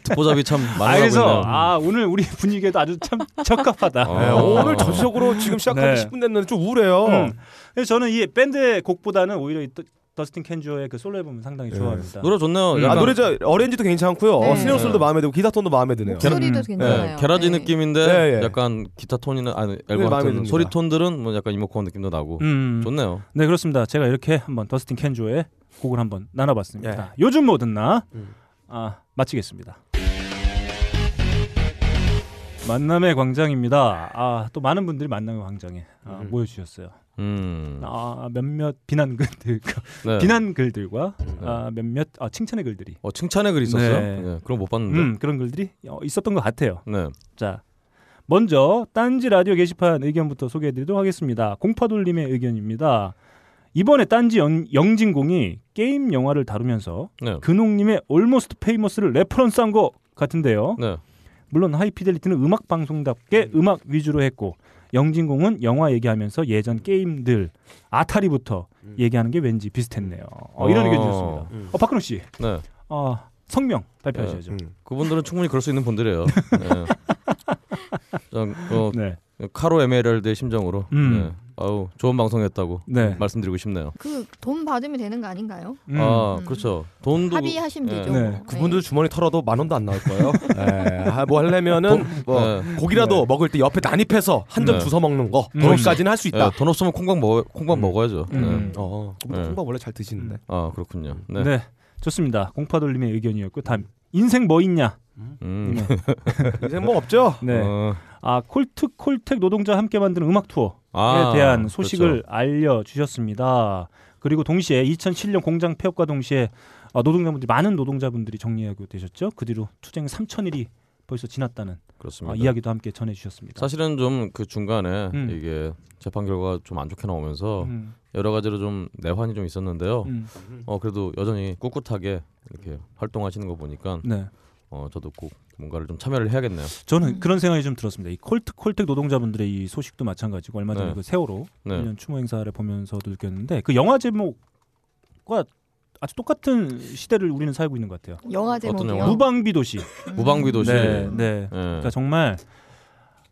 듣보잡이 참
아,
많이 하고
그래서
있네요.
아 오늘 우리 [LAUGHS] 분위기에도 아주 참 적합하다.
어.
네, 오늘 전체적으로 지금 시작한
네.
지 10분 됐는데 좀 우울해요.
음. 그래서 저는 이 밴드의 곡보다는 오히려 이 더- 더스틴 켄주어의 그 솔로 앨범을 상당히
네.
좋아합니다.
노래 좋네요.
음.
아
약간
노래 저 어렌지도 괜찮고요.
네.
어, 스네어솔도
네.
마음에 들고 기타톤도 마음에 드네요.
소리도
음.
괜찮아요.
게라지
네.
느낌인데
네, 예.
약간 기타 톤이나 아니
네,
앨범
마음에
같은
듭니다.
소리 톤들은 뭐 약간 이모컨 느낌도 나고
음.
좋네요.
네 그렇습니다. 제가 이렇게 한번 더스틴 켄조의 곡을 한번 나눠봤습니다. 요즘 뭐 듣나
음.
아, 마치겠습니다. 만남의 광장입니다. 아, 또 많은 분들이 만남의 광장에 아,
음.
모여주셨어요.
음.
아, 몇몇 비난 글들,
네.
비난 글들과 아, 몇몇 아, 칭찬의 글들이,
어 칭찬의 글이 있었어요?
네.
네, 그럼 못 봤는데.
음, 그런 글들이 어, 있었던 것 같아요.
네.
자, 먼저 딴지 라디오 게시판 의견부터 소개해드리도록 하겠습니다. 공파돌님의 의견입니다. 이번에 딴지 영, 영진공이 게임 영화를 다루면서
네.
근홍님의 올모스트 페이머스를 레퍼런스한 것 같은데요.
네.
물론 하이피델리티는 음악 방송답게 음. 악 위주로 했고 영진공은 영화 얘기하면서 예전 게임들 아타리부터 얘기하는 게 왠지 비슷했네요. 음. 어, 이런
어.
의견 주셨습니다. 어, 박근홍 씨,
네.
어, 성명 발표하셔야죠.
음.
그분들은 충분히 그럴 수 있는 분들이에요. 네. 그냥, 어,
네,
카로 에메랄드의 심정으로
음.
네. 아우 좋은 방송이었다고
네.
말씀드리고 싶네요.
그 돈 받으면 되는 거 아닌가요?
음.
아
음.
그렇죠. 돈도
합의하시면
예.
되죠.
네.
뭐.
그분들 주머니 털어도 만 원도 안 나올 거예요. 네. 아, 뭐 하려면은 뭐 고기라도 먹을 때 옆에 난입해서 한 점
네.
주워 먹는 거
음.
그것까지는 할 수 있다.
예, 돈 없으면 콩밥 먹어 콩밥 먹어야죠.
음.
네.
어,
네.
콩밥 원래 잘 드시는데.
아 그렇군요. 네.
네. 좋습니다. 공파돌님의 의견이었고 다음 인생 뭐 있냐?
음.
인생 뭐 없죠?
네,
어.
아 콜트 콜텍 노동자 함께 만드는 음악 투어. 에
아,
대한
그렇죠.
소식을 알려주셨습니다. 그리고 동시에 2007년 공장 폐업과 동시에 아, 노동자분들이 많은 노동자분들이 정리하고 되셨죠. 그 뒤로 투쟁 3천일이 벌써 지났다는
그렇습니다.
아, 이야기도 함께 전해주셨습니다.
사실은 좀 그 중간에
음.
이게 재판 결과가 좀 안 좋게 나오면서
음,
여러 가지로 좀 내환이 좀 있었는데요.
음,
어 그래도 여전히 꿋꿋하게 이렇게 활동하시는 거 보니까
네,
어 저도 꼭 뭔가를 좀 참여를 해야겠네요.
저는
음.
그런 생각이 좀 들었습니다. 이 콜트 콜텍 노동자분들의 이 소식도 마찬가지고 얼마 전에
네.
그 세월호
네.
1년 추모 행사를 보면서도 느꼈는데 그 영화 제목과 아주 똑같은 시대를 우리는 살고 있는 것 같아요.
영화 제목이요.
영화?
무방비 도시.
음.
무방비 도시.
네,
예.
네. 그러니까 정말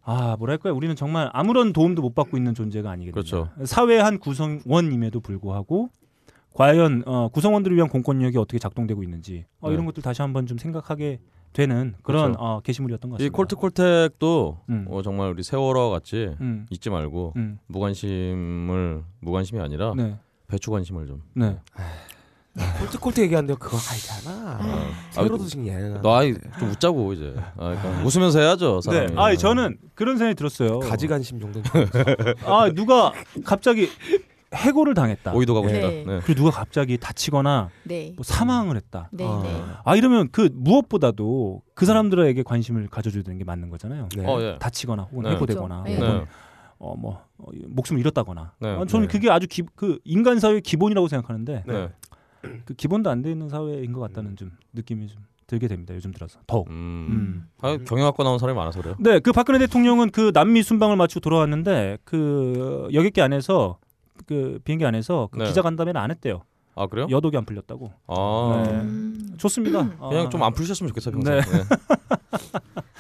아 뭐랄까요 우리는 정말 아무런 도움도 못 받고 있는 존재가 아니거든요.
그렇죠.
사회 한 구성원임에도 불구하고 과연 어, 구성원들을 위한 공권력이 어떻게 작동되고 있는지 어,
네.
이런 것들 다시 한번 좀 생각하게 되는 그런
그렇죠.
어, 게시물이었던 것
이
같습니다.
콜트콜텍도
음.
어, 정말 우리 세월호 같이
음,
잊지 말고
음,
무관심을 무관심이 아니라
네,
배추 관심을 좀.
네.
콜트콜트 얘기하는데 그거 아니잖아. 세로도 지금 얘는
너 아이 좀 웃자고 이제. 아, 그러니까 웃으면서 해야죠.
네.
사람이.
아 저는 그런 생각이 들었어요.
가지 관심 정도.
아 누가 갑자기 해고를 당했다.
오이도 가고
네.
싶다. 네.
그리고 누가 갑자기 다치거나
네.
뭐 사망을 했다.
네,
아.
네.
아 이러면 그 무엇보다도 그 사람들에게 관심을 가져줘야 되는 게 맞는 거잖아요.
네.
어 예.
다치거나 혹은
네.
해고되거나
그렇죠.
혹은
네.
어, 뭐 어, 목숨을 잃었다거나
네.
아, 저는
네.
그게 아주 기, 그 인간 사회의 기본이라고 생각하는데
네.
그 기본도 안 돼 있는 사회인 것 같다는 좀 느낌이 좀 들게 됩니다 요즘 들어서 더욱
음.
음.
아, 경영학과 나온 사람이 많아서 그래요.
네, 그 박근혜 대통령은 그 남미 순방을 마치고 돌아왔는데 그 여객기 안에서 그 비행기 안에서 그
네.
기자 간담회는 안 했대요.
아 그래요?
여독이 안 풀렸다고.
아
네.
음.
좋습니다.
그냥
아,
좀 안 풀리셨으면 좋겠어요 평생.
네.
네.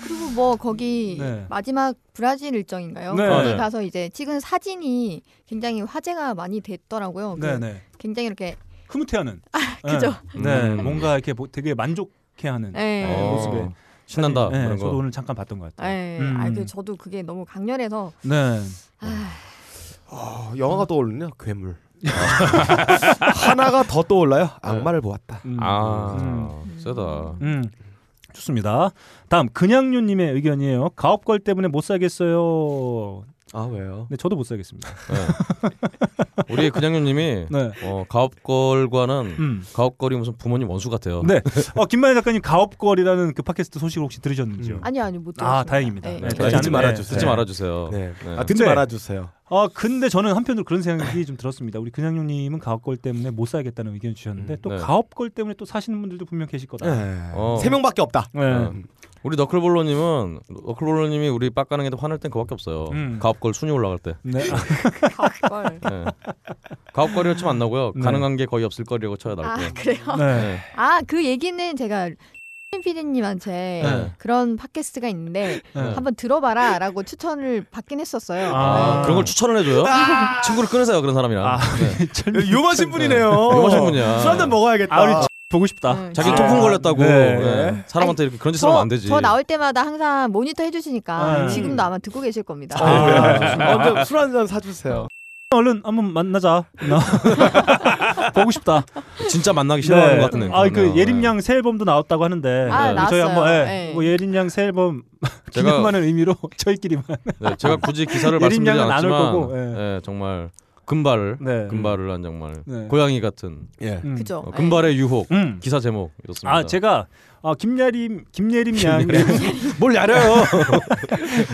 그리고 뭐 거기
네.
마지막 브라질 일정인가요?
네.
거기
네.
가서 이제 찍은 사진이 굉장히 화제가 많이 됐더라고요. 그
네, 네.
굉장히 이렇게
흐뭇해하는.
아, 그죠?
네,
음.
뭔가 이렇게 뭐 되게 만족해하는
네.
네,
어,
모습에
신난다
네,
그런 거.
저도 오늘 잠깐 봤던 것 같아요.
예.
음.
아, 그 저도 그게 너무 강렬해서
네.
어, 영화가 떠오르네요. 괴물. [LAUGHS] 하나가 더 떠올라요. 악마를 보았다.
음.
아
음.
세다.
음. 좋습니다. 다음 근양류 님의 의견이에요. 가업걸 때문에 못 사겠어요.
아 왜요?
네, 저도 못 사겠습니다.
네. 우리 그장님님이
네.
어, 가업걸과는 [LAUGHS]
음.
가업걸이 무슨 부모님 원수 같아요.
네. 어, 김만희 작가님 가업걸이라는 그 팟캐스트 소식을 혹시 들으셨는지요?
음.
아니요, 아니요, 못 들었습니다.
아, 다행입니다.
예.
네,
듣지
않-
말아주세요.
듣지
네.
말아주세요.
네.
네.
아 듣지
네.
말아주세요.
아, 근데 저는 한편으로 그런 생각이 좀 들었습니다. 우리 근양류 님은 가업걸 때문에 못 사겠다는 의견 주셨는데
음,
또
네.
가업걸 때문에 또 사시는 분들도 분명 계실 거다. 네.
네.
어.
세 명밖에 없다.
어.
음.
우리 너클볼로님은 너클볼로님이 우리 빡가능에도 화낼 땐 그밖에 없어요.
음.
아,
가업걸 순위 올라갈 때.
네.
가업걸.
네. 가업거리로 치면 안 나고요.
네.
가능한 게 거의 없을 거리라고 쳐야 나올
아
거예요.
그래요?
네.
아 그 얘기는 제가 피디님한테
네.
그런 팟캐스트가 있는데
네.
한번 들어봐라라고 추천을 받긴 했었어요.
아.
네.
그런 걸 추천을 해줘요. 친구를 끊으세요 그런 사람이랑.
아, [LAUGHS]
네.
철민
요마신 분이네요.
요마신 분이야.
술 한잔 먹어야겠다.
아, 우리 보고 싶다.
음,
자기
아.
통풍 걸렸다고
네.
네. 사람한테 이렇게 그런 짓 하면
저,
안 되지.
저 나올 때마다 항상 모니터 해주시니까
음.
지금도 아마 듣고 계실 겁니다.
아, 언제 술 한잔 사주세요.
얼른 한번 만나자. 나- 보고 싶다.
진짜 만나기 [LAUGHS] 싫어하는 것 같은
아,
그러네요.
그 예림양 새 앨범도 나왔다고 하는데
아,
네. 저희
나왔어요.
한번 예.
네.
뭐 예림양 새 앨범 [LAUGHS]
네. 제가
기념하는 의미로 [LAUGHS] 저희끼리만.
네, 제가 굳이 기사를
[LAUGHS] 예린
말씀드리지
양은 안올
않았지만
거고, 예.
예, 정말 금발을
네.
금발을 한 정말
네.
고양이 같은
예.
음.
[LAUGHS] 그죠?
어, 금발의 유혹
음.
기사 제목 이렇습니다.
아, 제가 어, 김예림 김예림 양
[LAUGHS] 뭘 야려요?
[LAUGHS]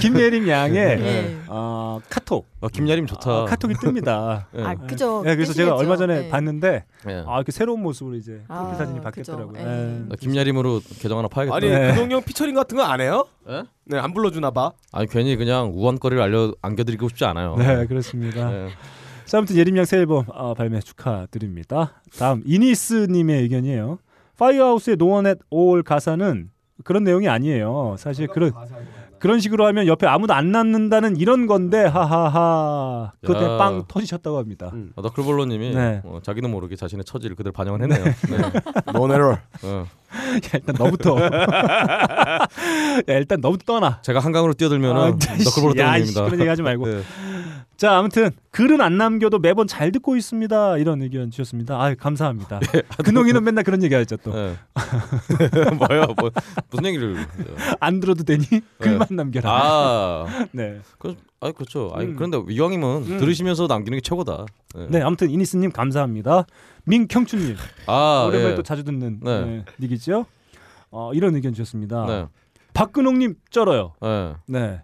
김예림 양의
네. 네.
어, 카톡
아, 김야림 좋다.
아, 카톡이
[LAUGHS]
뜹니다.
예.
아 그죠.
예, 그래서 제가
뜨시겠죠.
얼마 전에
네.
봤는데
예.
아 이렇게 새로운 모습으로 이제
아,
프로필 사진이
그죠.
바뀌었더라고요.
예.
예.
나 어, 김야림으로 계정 하나 파야겠다.
아니
아니,
네.
근홍형 피처링 같은 거 안 해요?
예?
네, 안 불러주나 봐.
괜히 그냥 우원거리를 알려 안겨드리고 싶지 않아요.
네, 그렇습니다.
예.
자, 아무튼 예림양 새 앨범 아, 발매 축하드립니다. 다음 이니스님의 의견이에요. 파이어하우스의 노원의 올 가사는 그런 내용이 아니에요. 사실 그런 그런 식으로 하면 옆에 아무도 안 낳는다는 이런 건데 하하하. 그때
음. 야.
빵 터지셨다고 합니다.
음.
아, 너클볼로님이
네.
어, 자기도 모르게 자신의 처지를 그대로 반영을
[LAUGHS]
했네요. 네.
노네롤.
어.
[LAUGHS] 야, 일단
[LAUGHS]
너부터. 야, 일단 너부터 떠나.
제가 한강으로 뛰어들면
아, [LAUGHS]
은 너클볼로
야, 이씨,
때문입니다.
그런 얘기 하지 말고.
네.
자, 아무튼 글은 안 남겨도 매번 잘 듣고 있습니다. 이런 의견 주셨습니다. 아,
[LAUGHS]
감사합니다. 근홍이는 맨날 그런 얘기 하죠 또.
네. 뭐야, 뭐, 무슨 얘기를? 네.
안 들어도 되니 글만 남겨라.
아,
네.
그, 아 그렇죠. 아니,
음.
그런데 이왕이면
음.
들으시면서 남기는 게 최고다. 네.
네, 아무튼 이니스님 감사합니다. 민경춘님
아,
오랜만에
예.
또 자주 듣는
네.
네, 닉이죠. 어, 이런 의견 주셨습니다.
네,
박근홍님 쩔어요.
네.
네.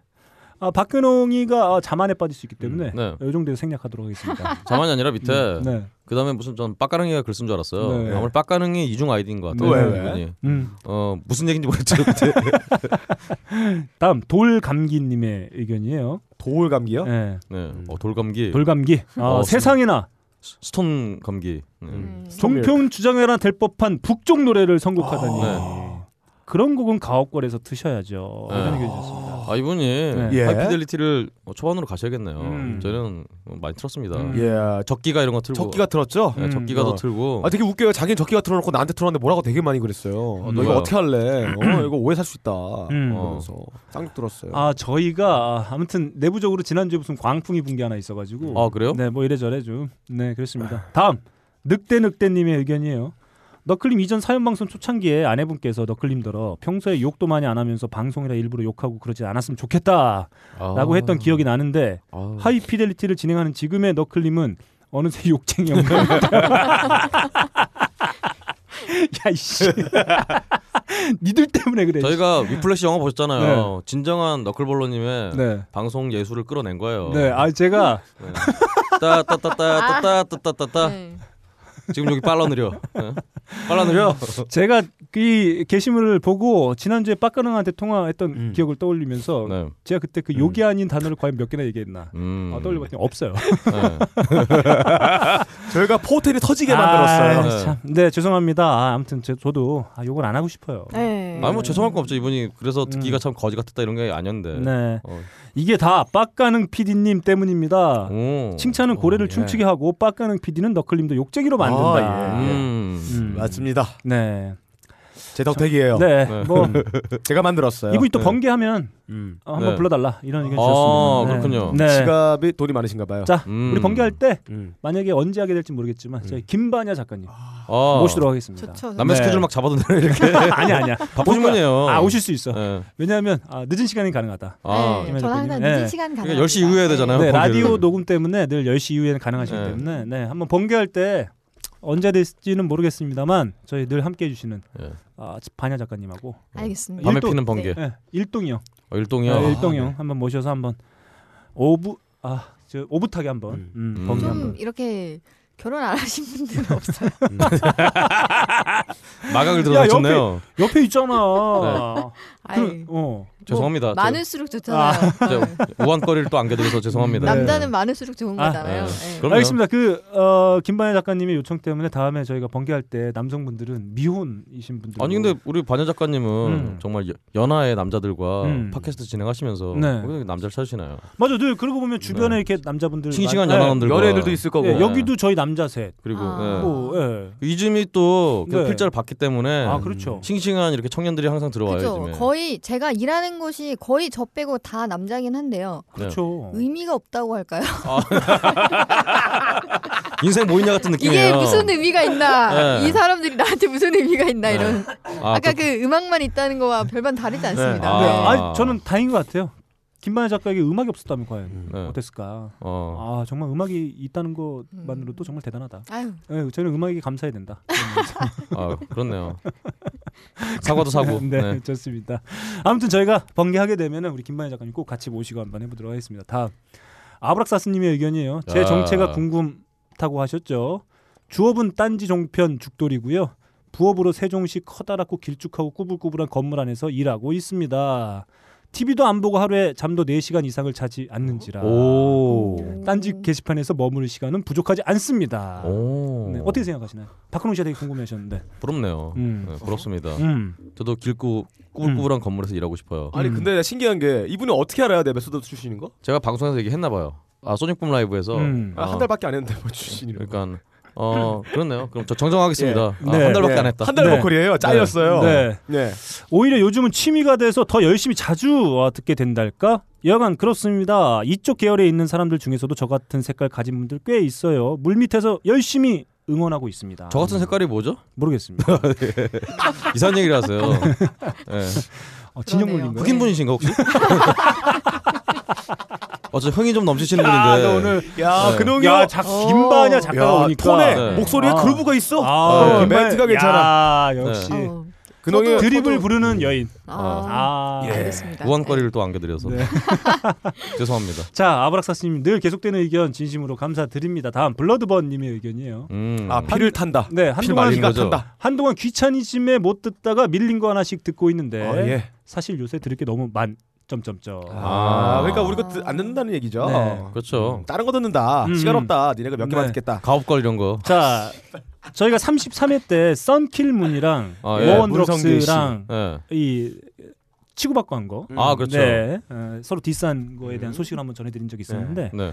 아, 박근홍이가 아, 자만에 빠질 수 있기 때문에
음, 네.
이 정도에서 생략하도록
[LAUGHS]
하겠습니다.
자만이 아니라 밑에
네.
그다음에 무슨 전 빡가능이가 글 쓴 줄 알았어요.
네.
아무래도 빡가능이 이중 아이디인 것 같아요.
왜, 왜?
이분이.
음.
어 무슨 얘기인지 모르겠어요. 근데.
다음 돌감기님의 의견이에요.
도울 감기요?
네.
네. 어, 돌감기,
돌감기. 아,
어,
세상에나
스톤 감기. 네.
음.
종편 주장회라 될 법한 북쪽 노래를 선곡하다니.
아.
네.
그런 곡은 가옥걸에서 드셔야죠.
네.
이런 의견 주셨습니다.
아 이분이
네.
하이피델리티를 어, 초반으로 가셔야겠네요.
음.
저는 어, 많이 들었습니다.
음.
예.
적기가 이런 거 틀고,
적기가 들었죠?
네,
음.
적기가도
어.
틀고.
아 되게 웃겨요. 자기는 적기가 틀어놓고 나한테 틀어놨는데 뭐라고 되게 많이 그랬어요.
음,
너 이거
뭐야?
어떻게 할래? 어 이거 오해 살 수 있다.
음.
그러면서 쌍욕 들었어요.
아 저희가 아, 아무튼 내부적으로 지난주에 무슨 광풍이 분 게 하나 있어가지고
아, 그래요?
네뭐 이래저래 좀 네 그렇습니다 다음 늑대늑대님의 의견이에요 너클림 이전 사연방송 초창기에 아내분께서 너클림더러 평소에 욕도 많이 안 하면서 방송이라 일부러 욕하고 그러지 않았으면 좋겠다
아.
라고 했던 기억이 나는데
아.
하이피델리티를 진행하는 지금의 너클림은 어느새 [LAUGHS] 욕쟁이 영감이다 [LAUGHS] 야이씨 [LAUGHS] 니들 때문에 그래
저희가 위플래시 영화 보셨잖아요. 진정한 너클볼로님의
네.
방송 예술을 끌어낸 거예요.
네, 아 제가
따따따따따따따따따.
네.
지금 여기 빨라
[LAUGHS]
느려. 네. 빨라 느려.
제가 이 게시물을 보고 지난주에 빡가능한테 통화했던
음.
기억을 떠올리면서
네.
제가 그때 그 욕이 아닌 단어를 과연 몇 개나 얘기했나
음.
아, 떠올려봤더니 없어요.
네.
저희가 포텔이 터지게
아,
만들었어요.
네.
참. 네 죄송합니다. 아, 아무튼 제, 저도 아, 욕을 안 하고 싶어요.
네.
아뭐 죄송할 거 없죠 이분이 그래서 듣기가 참 거지 같았다 이런 게 아니었는데.
음. 네
어.
이게 다 빡가능 PD님 때문입니다.
오.
칭찬은 고래를
어,
예.
춤추게 하고 빡가능 PD는 너클림도 욕쟁이로 만든다.
아, 예.
음.
음.
맞습니다.
네.
제 덕택이에요.
네.
[LAUGHS] 네.
뭐
제가 만들었어요.
이분이 또
네.
번개하면
음.
어, 한번
네.
불러달라 이런 의견
아,
주셨습니다. 네.
그렇군요.
네.
지갑이 돈이 많으신가 봐요.
자
음.
우리 번개할 때
음.
만약에 언제 하게 될지 모르겠지만 저희 김반야 작가님
아.
모시도록 하겠습니다.
좋죠.
네.
남의 스케줄 막 잡아둔다 이렇게.
[LAUGHS] 아니 아니야.
[LAUGHS] 바쁘신 분이에요.
아 오실 수 있어.
네.
왜냐하면 아, 늦은 시간이 가능하다.
아.
네. 저는 항상
네.
늦은 시간 가능.
그러니까 10시 이후에 해야 되잖아요.
네,
번개를.
라디오 녹음 때문에 늘 10시 이후에는 가능하시기
네.
때문에 네, 한번 번개할 때 언제 될지는 모르겠습니다만 저희 늘 함께 해주시는
예.
아, 반야 작가님하고
알겠습니다.
밤에
일동-
피는 번개.
네, 일동이 형,
어, 예. 일동이요.
네, 일동이 형 한번 모셔서 한번 오부 아저 오붓하게 한번 음,
음.
번개
좀
한번.
좀 이렇게 결혼 안 하신 분들은 없어요.
마각을
야,
들어다쳤네요.
뭐 옆에 있잖아.
네.
아이,
어.
죄송합니다.
뭐
저-
많을수록 좋잖아요.
제가
네.
우한거리를 또 안겨드려서 죄송합니다.
네.
남자는 많을수록 좋은
아,
거잖아요.
네.
예.
그럼요.
알겠습니다. 그 어, 김반야 작가님의 요청 때문에 다음에 저희가 번개할 때 남성분들은 미혼이신 분들
예. 아니 근데 우리 반야 작가님은
음.
정말 여- 연하의 남자들과
음.
팟캐스트 진행하시면서
네.
왜 남자를 찾으시나요?
맞아, 늘 그러고 보면 주변에 이렇게 남자분들
네. 싱싱한
많- 예,
연하남들과
연애들도 있을 거고.
예, 여기도 저희 남자 셋.
그리고
아.
예.
뭐, 예.
요즘이 또 그
네.
필자를 받기 때문에
아 그렇죠.
싱싱한 이렇게 청년들이 항상 들어와요.
그죠.
요즘에.
거의 제가 일하는 곳이 거의 저 빼고 다 남자긴 한데요.
그렇죠.
음.
의미가 없다고 할까요?
인생 뭐이냐 같은 느낌이에요.
이게 무슨 의미가 있나?
네.
이 사람들이 나한테 무슨 의미가 있나
네.
이런.
아,
아, 까
그-
그 음악만 있다는 거와 별반 다르지 않습니다.
아.
네.
네.
아, 저는 다행인 것 같아요. 김반야 작가에게 음악이 없었다면 과연
네.
어땠을까?
어.
아 정말 음악이 있다는 것만으로도 정말 대단하다.
아유,
예, 저는 음악에게 감사해야 된다.
아, 그렇네요. [LAUGHS] 사과도
[LAUGHS]
사고.
네,
네.
좋습니다. 아무튼 저희가 번개하게 되면 우리 김만희 작가님 꼭 같이 모시고 한번 해보도록 하겠습니다. 다음 아브락사스님의 의견이에요. 제
야.
정체가 궁금하다고 하셨죠. 주업은 딴지 종편 죽돌이고요. 부업으로 세종시 커다랗고 길쭉하고 꾸불꾸불한 건물 안에서 일하고 있습니다. TV도 안 보고 하루에 잠도 4시간 이상을 자지 않는지라
오.
딴지 게시판에서 머무를 시간은 부족하지 않습니다.
오.
네, 어떻게 생각하시나요? 박근홍 씨가 되게 궁금해하셨는데.
부럽네요.
음.
네, 부럽습니다.
음.
저도 길고 꾸불꾸불한 건물에서 일하고 싶어요.
아니
음.
근데 신기한 게 이분이 어떻게 알아야 내 메소드 출신인 거?
제가 방송에서 얘기했나 봐요. 아, 소닉붐 라이브에서
음.
아,
어.
한 달밖에 안 했는데 뭐 출신이래.
그러니까 어, 그렇네요. 그럼 저 정정하겠습니다.
예.
아,
네,
한 달밖에
예.
안 했다.
한달
네.
보컬이에요. 잘렸어요.
네.
네.
오히려 요즘은 취미가 돼서 더 열심히 자주 와, 듣게 된달까? 여간 그렇습니다. 이쪽 계열에 있는 사람들 중에서도 저 같은 색깔 가진 분들 꽤 있어요. 물 밑에서 열심히 응원하고 있습니다.
저 같은 색깔이 뭐죠?
모르겠습니다.
[LAUGHS]
이상한 얘기를 하세요. 예.
어, 진영
그러네요.
물린가요?
흑인 분이신가 혹시? 어저 흥이 좀 넘치시는
아,
분인데.
나 오늘
야,
네.
근홍이
야,
형. 어.
작 김바냐 작가가
야,
오니까
톤에
네.
목소리에
아.
그루브가 있어.
아,
어,
김바냐-
멘트가 괜찮아.
야,
어.
역시
아우.
근홍이 형. 음.
드립을 부르는 여인.
아,
예. 아.
예.
알겠습니다.
우한거리를 또 안겨드려서
네.
[LAUGHS] 죄송합니다.
자, 아브락사스님 늘 계속되는 의견 진심으로 감사드립니다. 다음 블러드번님의 의견이에요.
음.
아, 피를 탄다.
네,
피
한동안
말린
말리가
거죠?
탄다.
한동안 귀차니즘에 못 듣다가 밀린 거 하나씩 듣고 있는데
어, 예.
사실 요새 들을 게 너무 많. 점점점.
아,
아, 아.
그러니까 우리가 듣- 안 듣는다는 얘기죠.
네.
그렇죠.
음, 다른 거 듣는다.
음.
시간 없다. 니네가 몇 개만
네.
듣겠다.
가업걸 이런 거.
자, 저희가 33회 때 썬킬문이랑
아, 예.
문성길 씨.
워원드럭스랑
예.
이 치고받고 한 거.
아 그렇죠. 네.
네, 어, 서로 디스한 거에 대한 소식을 한번 전해드린 적이 있었는데
네.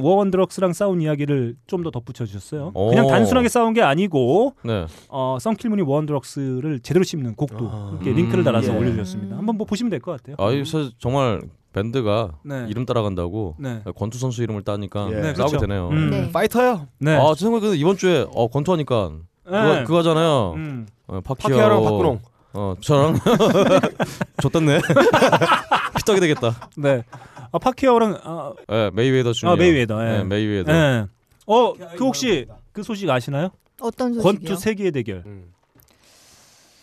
썬킬문이랑 워원드럭스랑 싸운 이야기를 좀 더 덧붙여 주셨어요.
오.
그냥 단순하게 싸운 게 아니고
네.
어, 썬킬문이 워원드럭스를 제대로 씹는 곡도
아.
이렇게 링크를 달아서
음, 예.
올려주셨습니다. 한번 뭐 보시면 될 것 같아요.
아, 이 사실 정말 밴드가
네.
이름 따라간다고
네.
권투 선수 이름을 따니까
예. 네,
나오게
그렇죠.
되네요.
음.
네.
파이터요.
네.
아, 저 생각에 이번 주에 어, 권투하니까 그거,
네.
그거잖아요.
음.
어,
파키아랑
파키아오.
박구롱.
어, 저랑 [LAUGHS] 줬던네. [LAUGHS] 피떡이 되겠다.
네. 아, 파키아오랑 아,
예, 메이웨더 주니어.
아, 메이웨더, 예.
예, 메이웨더.
예. 어, 그 혹시 그 소식 아시나요?
어떤 소식이요?
권투 세계의 대결.
음.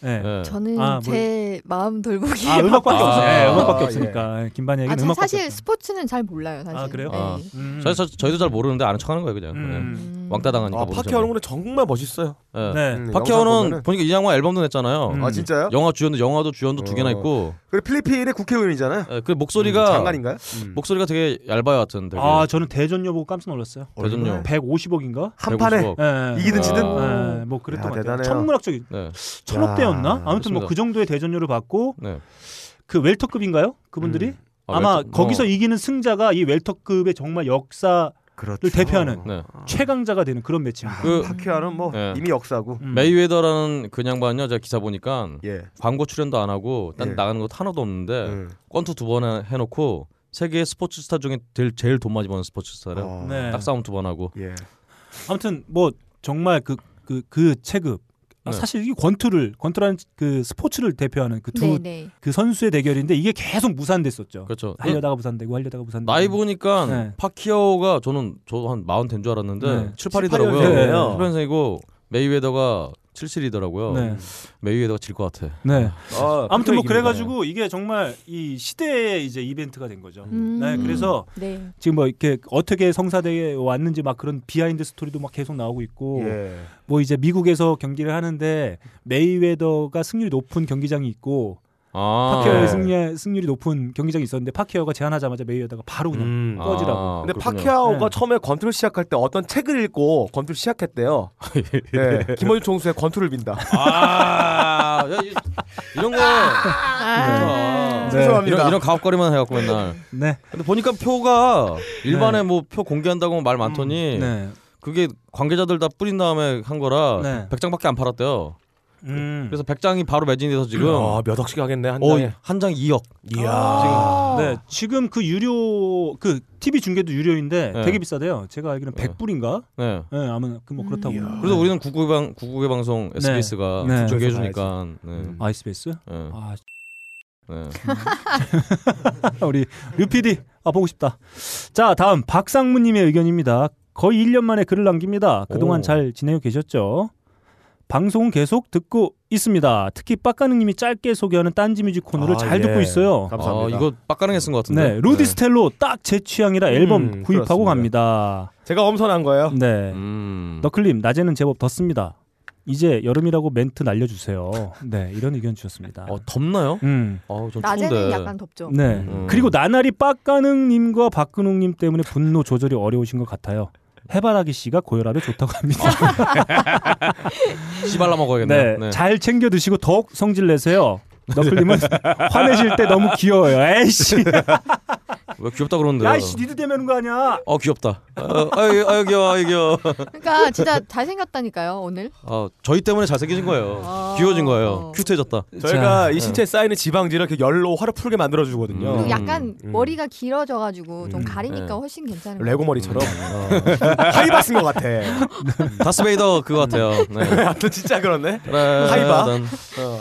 예.
예.
저는
아,
제 마음 돌보기.
아,
[LAUGHS]
음악밖에
아,
없어요.
아,
예, 음악밖에
예.
없으니까. 예, 김반야에게
아, 저
음악밖에
사실
없어요.
스포츠는 잘 몰라요. 사실.
아, 그래요?
네.
아.
음.
저희, 저, 저희도 잘 모르는데 아는 척하는 거예요, 그냥.
음.
음.
예. 왕따 당하니까.
아,
모르죠.
파키아오는 정말 멋있어요.
예.
네.
음, 영상 보면은.
파키아오는 보니까 이 양반 앨범도 냈잖아요.
음.
아, 진짜요?
영화 주연도 영화도 주연도 두 개나
어.
있고.
그리고 필리핀의 국회의원이잖아요. 음,
예, 그 목소리가
장관인가요?
목소리가 되게 얇아요, 하여튼. 되게.
아, 저는 대전여 보고 깜짝 놀랐어요.
대전요.
150억인가?
한 판에
150억.
예.
이기든 지든.
예, 뭐 그랬던
야,
것 같아요.
대단해요.
천문학적인
네.
천억대였나? 아무튼
그렇습니다.
뭐 그 정도의 대전료를 받고
네.
그 웰터급인가요? 그분들이
음.
아,
아, 마
웰터-
거기서
어.
이기는 승자가 이 웰터급의 정말 역사를
그렇죠.
대표하는
네.
최강자가 되는 그런 매치입니다.
그
파키아는 뭐
예.
이미 역사고.
음.
메이웨더라는 그 양반요, 제가 기사 보니까
예.
광고 출연도 안 하고 딴
예.
나가는 것도 하나도 없는데
예.
음.
권투 두 번 해놓고 세계 스포츠 스타 중에 제일, 제일 돈 많이 버는 스포츠 스타래요.
어.
네.
딱 싸움 두 번 하고.
예.
아무튼 뭐 정말 그 그 그 체급 아,
네.
사실 이게 권투를 권투라는 그 스포츠를 대표하는 그 두 그
네, 네.
선수의 대결인데 이게 계속 무산됐었죠.
그렇죠. 그
하려다가 무산되고 하려다가 무산되고
나이 보니까
네.
파키아오가 저는 저도 한 마흔 된 줄 알았는데
네.
칠 7,
18 이네요.
8이더라고요. 7, 8년생이고 메이웨더가 77이더라고요.
네.
메이웨더가 질 것 같아.
네.
어,
아무튼 뭐
필리핀
그래
얘기입니다.
가지고 이게 정말 이 시대의 이제 이벤트가 된 거죠.
음.
네. 그래서
네.
지금 뭐 이렇게 어떻게 성사대에 왔는지 막 그런 비하인드 스토리도 막 계속 나오고 있고
예.
아,
뭐 이제 미국에서 경기를 하는데 메이웨더가 승률이 높은 경기장이 있고
아,
파케어의
네.
승리, 승률이 높은 경기장이 있었는데 파케어가 제안하자마자 메이어다가 바로 그냥
음,
꺼지라고.
아,
근데
그렇군요.
파키아오가
네.
처음에 권투를 시작할 때 어떤 책을 읽고 권투를
[LAUGHS]
시작했대요. 네, 김원준 총수의 권투를 빈다.
아, 야, 이- 이런 거 그렇죠.
아,
네.
[LAUGHS] 죄송합니다.
이런, 이런 가업거리만 해갖고 맨날.
네.
근데 보니까 표가 일반에 뭐 표 공개한다고 말 많더니
네.
그게 관계자들 다 뿌린 다음에 한 거라
네.
100장밖에 안 팔았대요.
음.
그래서 100장이 바로 매진이 돼서 지금
아, 몇 억씩 하겠네 한
어,
장에.
한장 2억.
이야.
네, 지금 그 유료 그 TV 중계도 유료인데
네.
되게 비싸대요. 제가 알기로는
네.
100불인가?
네.
예, 아마 그
음.
뭐 그렇다고.
이야.
그래서 우리는 국구의 방 국구의 방송 SBS가
네.
중계해 주니까. 네.
음.
아이스베이스?
네.
아,
네.
[LAUGHS] 우리 류PD 아 보고 싶다. 자, 다음 박상무 님의 의견입니다. 거의 1년 만에 글을 남깁니다. 그동안
오.
잘 지내고 계셨죠? 방송 계속 듣고 있습니다. 특히 빡가능 님이 짧게 소개하는 딴지 뮤직 코너를
아,
잘
예.
듣고 있어요.
아,
감사합니다.
이거 빡가능에 쓴 것 같은데.
네, 루디 스텔로 딱 제 취향이라 앨범
음,
구입하고
그렇습니다.
갑니다.
제가 엄선한 거예요.
네.
음.
너클님 낮에는 제법 덥습니다. 이제 여름이라고 멘트 날려주세요. 네 이런 의견 주셨습니다.
어, 덥나요?
음,
아, 전
낮에는
추운데.
약간 덥죠.
네.
음.
그리고 나날이 빡가능님과 박근홍님 때문에 분노 조절이 어려우신 것 같아요. 해바라기 씨가 고혈압에 좋다고 합니다.
씨발라 아, 먹어야겠네.
네, 잘 챙겨 드시고 더욱 성질 내세요. 너클님은 화내실 때 너무 귀여워요. 에이씨,
네. 왜 귀엽다 그러는데.
야이씨, 니들 되면 거 아니야?
어 귀엽다. 어, 아유 아유 귀여워 아유 귀여워.
그러니까 진짜 잘생겼다니까요 오늘.
아 저희 때문에 잘생기신 거예요.
아.
귀여워진 거예요.
어.
큐트해졌다.
저희가 이
네.
신체에 쌓이는 지방지를 이렇게 열로 화를 풀게 만들어 주거든요.
그리고
음.
약간 머리가 길어져가지고 좀
음.
가리니까
네.
훨씬 괜찮은 것
레고 머리처럼
음.
어. [LAUGHS] 하이바 쓴것 같아.
[LAUGHS]
[LAUGHS]
다스베이더 그거 같아요. 네.
아, 또 진짜 그렇네. 하이바.
따라단,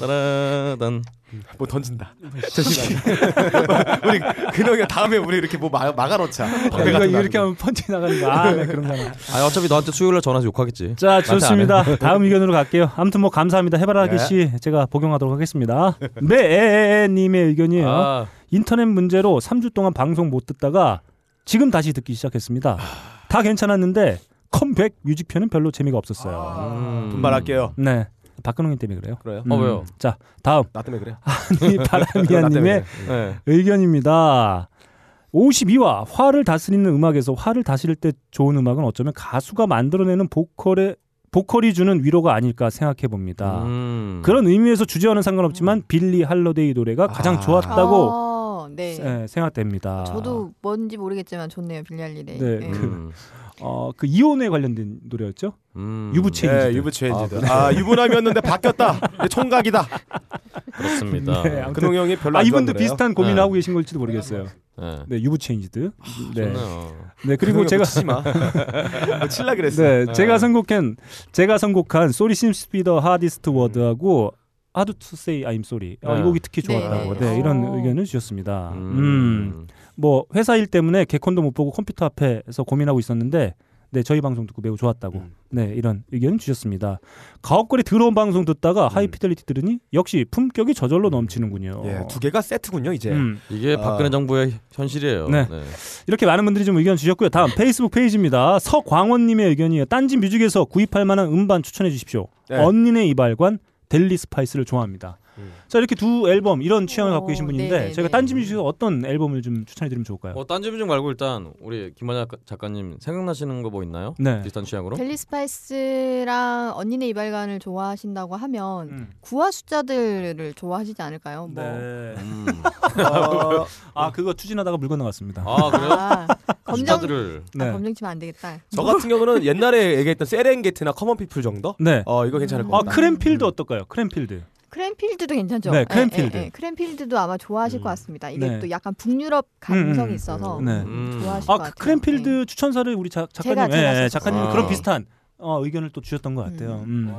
따라단.
뭐 던진다. 저 시기. [LAUGHS] 우리 근영이 다음에 우리 이렇게 뭐 막, 막아놓자.
어,
야, 이거 이렇게 하면 펀치 나가는 거. 아, 네, 그런
[LAUGHS]
거나.
아 어차피 너한테 수요일날 전화해서 욕하겠지.
자,
나한테 안
좋습니다. 다음 의견으로 갈게요. 아무튼 뭐 감사합니다. 해바라기
네.
씨, 제가 복용하도록 하겠습니다. 네, 에에에님의 의견이에요.
아,
인터넷 문제로 3주 동안 방송 못 듣다가 지금 다시 듣기 시작했습니다.
아.
다 괜찮았는데 컴백 뮤직편은 별로 재미가 없었어요.
음.
분발할게요.
네, 박근홍님 때문에 그래요. 음.
그래요?
어, 왜요?
자,
[LAUGHS]
다음
나 때문에 그래.
이 바람이야님의
네.
의견입니다. 52화 화를 다스리는 음악에서 화를 다스릴 때 좋은 음악은 어쩌면 가수가 만들어내는 보컬의 보컬이 주는 위로가 아닐까 생각해 봅니다.
음.
그런 의미에서 주제와는 상관없지만 빌리 할러데이 노래가 가장
아.
좋았다고
아, 네.
예, 생각됩니다.
저도
아.
뭔지 모르겠지만 좋네요 빌리알리데이.
네,
네.
그-
음.
어, 그 이혼에 관련된 노래였죠?
음.
유부체.
네,
체인지들.
유부 체인지들.
아,
아, 유부남이었는데 바뀌었다. 이제 총각이다.
그렇습니다.
네, 아무튼-
근홍 형이 별로
아
안
이분도
좋아하더래요.
비슷한 고민을
네.
하고 계신 걸지도 모르겠어요.
네.
네, 유부 체인지드.
아,
네,
좋네요.
네 그리고
근홍이
제가 [LAUGHS]
치지 마. [LAUGHS] 뭐 칠라 그랬어.
네 제가 선곡한 제가 선곡한 소리 심스피더 하디스트 워드하고 How to Say I'm Sorry 아,
네.
이 곡이 특히
네,
좋았다고
네.
네, 이런
어.
의견을 주셨습니다. 음.
음.
뭐 회사 일 때문에 개콘도 못 보고 컴퓨터 앞에서 고민하고 있었는데 네 저희 방송 듣고 매우 좋았다고
음.
네 이런 의견 주셨습니다. 가업거리 들어온 방송 듣다가
음.
하이피델리티 들으니 역시 품격이 저절로 넘치는군요.
예, 두 개가 세트군요, 이제.
음,
이게 박근혜
아.
정부의 현실이에요.
네. 이렇게 많은 분들이 좀 의견 주셨고요. 다음 페이스북 페이지입니다. 서광원님의 의견이에요. 딴지 뮤직에서 구입할 만한 음반 추천해 주십시오.
네.
언니네 이발관 델리 스파이스를 좋아합니다. 자 이렇게 두 앨범 이런 취향을
어,
갖고 계신 분인데
네네네.
저희가 딴지 뮤직에서 어떤 앨범을 좀 추천해 드리면 좋을까요?
어, 딴지 뮤직 말고 일단 우리 김만희 작가- 작가님 생각나시는 거 뭐 있나요?
네.
비슷한 취향으로?
델리 스파이스랑 언니네 이발관을 좋아하신다고 하면
음. 네.
구화 숫자들을 좋아하시지 않을까요? 뭐.
음.
[LAUGHS] 어,
아 그거 추진하다가 물 건너갔습니다. 네.
아 그래요?
아, [LAUGHS] 검정
검자들을
아, 검정치면 안 되겠다.
저 같은 경우는 옛날에 얘기했던 세렝게티나 커먼 피플 정도?
네.
어, 이거 괜찮을 것
아
같다.
크랜필드 어떨까요? 크랜필드.
크랜필드도 괜찮죠.
네,
예,
크랜필드.
예, 예. 크랜필드도 아마 좋아하실 것 같습니다. 이게
네.
또 약간 북유럽 감성이
음, 음,
있어서
네.
음.
좋아하실 것
아
같아요. 네.
그 크랜필드 추천사를 우리 자, 작가님,
제가- 제가
예, 예,
썼어요.
작가님
아.
그런 비슷한 어, 의견을 또 주셨던 것 같아요. 음.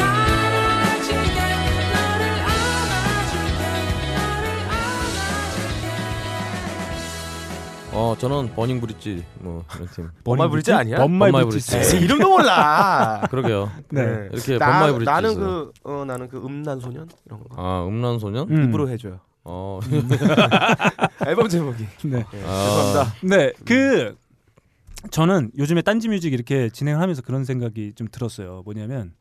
아
어 저는 버닝 브릿지 뭐 이런 팀.
범마이 브릿지 아니야?
범마이
범마이
브릿지.
브릿지.
에이, [LAUGHS]
[LAUGHS]
이름도 몰라.
그러게요.
네.
이렇게
나-
범마이 브릿지
나는
있어요.
그 어, 나는 그 음란 소년 이런 거.
아 음란소년?
음.
입으로 해줘요.
어.
앨범 제목이.
네.
[LAUGHS]
예,
아,
죄송합니다.
네. 그 저는 요즘에 딴지뮤직 이렇게 진행을 하면서 그런 생각이 좀 들었어요. 뭐냐면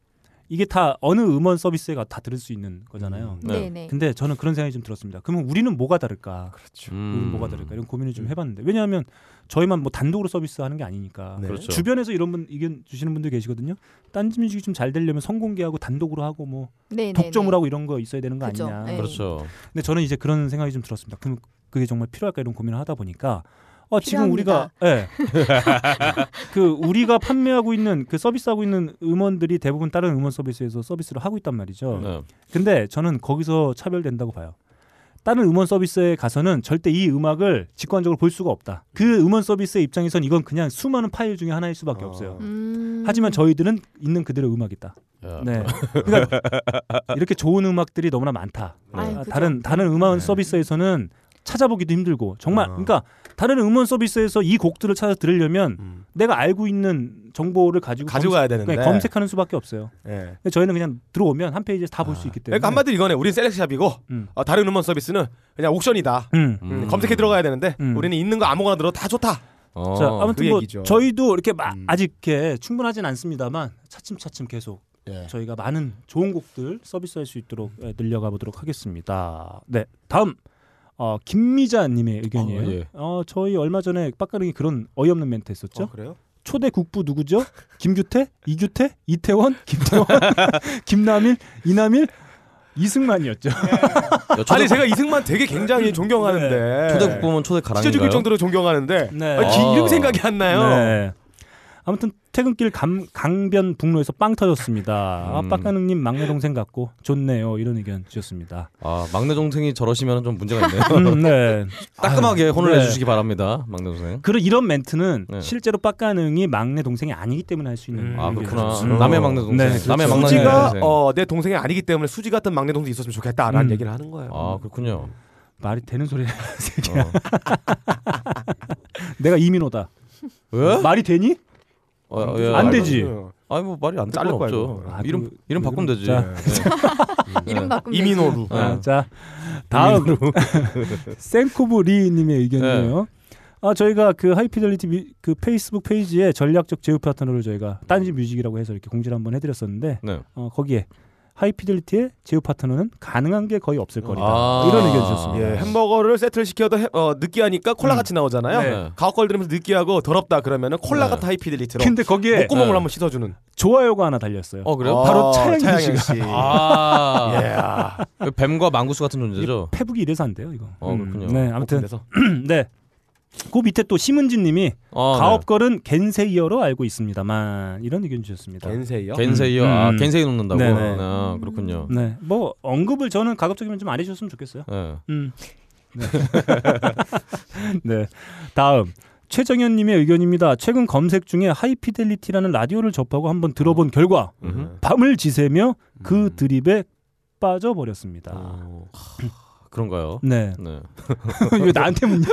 이게 다 어느 음원 서비스가 다 들을 수 있는 거잖아요.
네.
네, 네.
근데 저는 그런 생각이 좀 들었습니다. 그러면 우리는 뭐가 다를까?
음.
우리는 뭐가 다를까? 이런 고민을 좀 해봤는데 왜냐하면 저희만 뭐 단독으로 서비스하는 게 아니니까
네.
그렇죠.
주변에서 이런 분 의견 주시는 분들 계시거든요. 딴지뮤직이 좀 잘 되려면 성공개하고 단독으로 하고 뭐
네, 네,
독점을
네.
하고 이런 거 있어야 되는 거
그죠.
아니냐.
네.
그렇죠.
근데 저는 이제 그런 생각이 좀 들었습니다. 그럼 그게 정말 필요할까 이런 고민을 하다 보니까 어, 지금 우리가
필요합니다.
예. [LAUGHS] 그 우리가 판매하고 있는 그 서비스하고 있는 음원들이 대부분 다른 음원 서비스에서 서비스를 하고 있단 말이죠.
네.
근데 저는 거기서 차별된다고 봐요. 다른 음원 서비스에 가서는 절대 이 음악을 직관적으로 볼 수가 없다. 그 음원 서비스의 입장에선 이건 그냥 수많은 파일 중에 하나일 수밖에
어.
없어요.
음.
하지만 저희들은 있는 그대로 음악이다.
야.
네. 그러니까 이렇게 좋은 음악들이 너무나 많다.
네. 아유,
아,
그죠.
다른 다른 음원
네.
서비스에서는 찾아보기도 힘들고 정말
어.
그러니까 다른 음원 서비스에서 이 곡들을 찾아 들으려면
음.
내가 알고 있는 정보를 가지고
가지고 가야
검색,
되는데.
네, 검색하는 수밖에 없어요.
네.
예.
근데 저희는 그냥 들어오면 한 페이지에서 다 볼 수 있기 때문에.
그러니까 한마디로 이거네. 우린 셀렉샵이고
음.
어, 다른 음원 서비스는 그냥 옥션이다.
음.
음, 검색해 들어가야 되는데
음.
우리는 있는 거 아무거나 들어 다 좋다.
어.
자, 아무튼
그
뭐
얘기죠.
저희도 이렇게 막
음.
아직 이렇게 충분하진 않습니다만 차츰차츰 계속
예.
저희가 많은 좋은 곡들 서비스할 수 있도록 예, 늘려가 보도록 하겠습니다. 네, 다음 어, 김미자님의 의견이에요.
어, 예.
어, 저희 얼마 전에 빡가릉이 그런 어이없는 멘트 했었죠.
그렇죠?
어, 그래요?
초대 국부 누구죠? [LAUGHS] 김규태, 이규태, 이태원, 김태원, [LAUGHS] 김남일, 이남일, 이승만이었죠.
야, 초대,
아니 제가 이승만 되게 굉장히 존경하는데.
네. 초대 국보면 초대
진짜 죽일
가랑인가요?
정도로 존경하는데
네.
아, 기-
아.
이름 생각이 안 나요.
네. 아무튼 퇴근길 감, 강변 북로에서 빵 터졌습니다.
음.
아, 빡가능님 막내 동생 같고 좋네요. 이런 의견 주셨습니다.
아 막내 동생이 저러시면 좀 문제가 있네요.
음, 네.
[LAUGHS] 따끔하게 혼을
네. 음.
내주시기 바랍니다, 막내 동생.
그런 이런 멘트는
네.
실제로 빡가능이 막내 동생이 아니기 때문에 할 수 있는
음,
아
얘기죠.
그렇구나.
음.
남의 막내 동생.
네, 그렇죠.
남의 막내
수지가
동생.
어, 내 동생이 아니기 때문에 수지 같은 막내 동생 이 있었으면 좋겠다라는
음.
얘기를 하는 거예요.
아 그렇군요.
말이 되는 소리야. [LAUGHS] 새끼야.
어.
내가 이민호다.
왜?
말이 되니?
어, 어, 예,
안
알고-
되지.
아니 뭐 말이 안될건
자를 거야,
없죠.
이거.
아,
이름
그-
이름 바꾸면 되지.
자.
네.
이름 바꾸면
이민호루.
네.
아, 자 다음 [LAUGHS] 센코브 리님의 의견이에요.
네.
아 저희가 그 하이피델리티 미- 그 페이스북 페이지에 전략적 제휴 파트너를 저희가 딴지 뮤직이라고 해서 이렇게 공지를 한번 해드렸었는데
네.
어, 거기에 하이피델리티의 제휴 파트너는 가능한 게 거의 없을 거리다
아.
이런 의견 주셨습니다.
예, 햄버거를 세트를 시켜도 해- 어, 느끼하니까
음.
콜라 같이 나오잖아요.
네.
가옥걸 들으면서 느끼하고 더럽다 그러면은 콜라
네.
같은 하이피델리티로
근데 거기에
목구멍을
네.
한번 씻어주는.
좋아요가 하나 달렸어요.
어 그래요?
바로 차양희
차양희 씨.
아
예. 아,
[LAUGHS] 뱀과 망구스 같은 존재죠.
[LAUGHS] 페북이 이래서 안 돼요 이거.
어, 그렇군요.
네 아무튼
그래서
네. 그 밑에 또 심은지님이
아,
가업걸은 겐세이어로 알고 있습니다만 이런 의견 주셨습니다.
겐세이요.
네. 겐세이요. 아
음.
겐세이 놓는다고.
네네.
아, 그렇군요.
네, 뭐 언급을 저는 가급적이면 좀 안 해주셨으면 좋겠어요.
예.
음. 네. [LAUGHS] 네. 다음 최정현님의 의견입니다. 최근 검색 중에 하이피델리티라는 라디오를 접하고 한번 들어본 결과
음흠.
밤을 지새며 그
음.
드립에 빠져버렸습니다.
어, 하, 그런가요?
[LAUGHS] 네.
네.
왜 나한테 묻냐?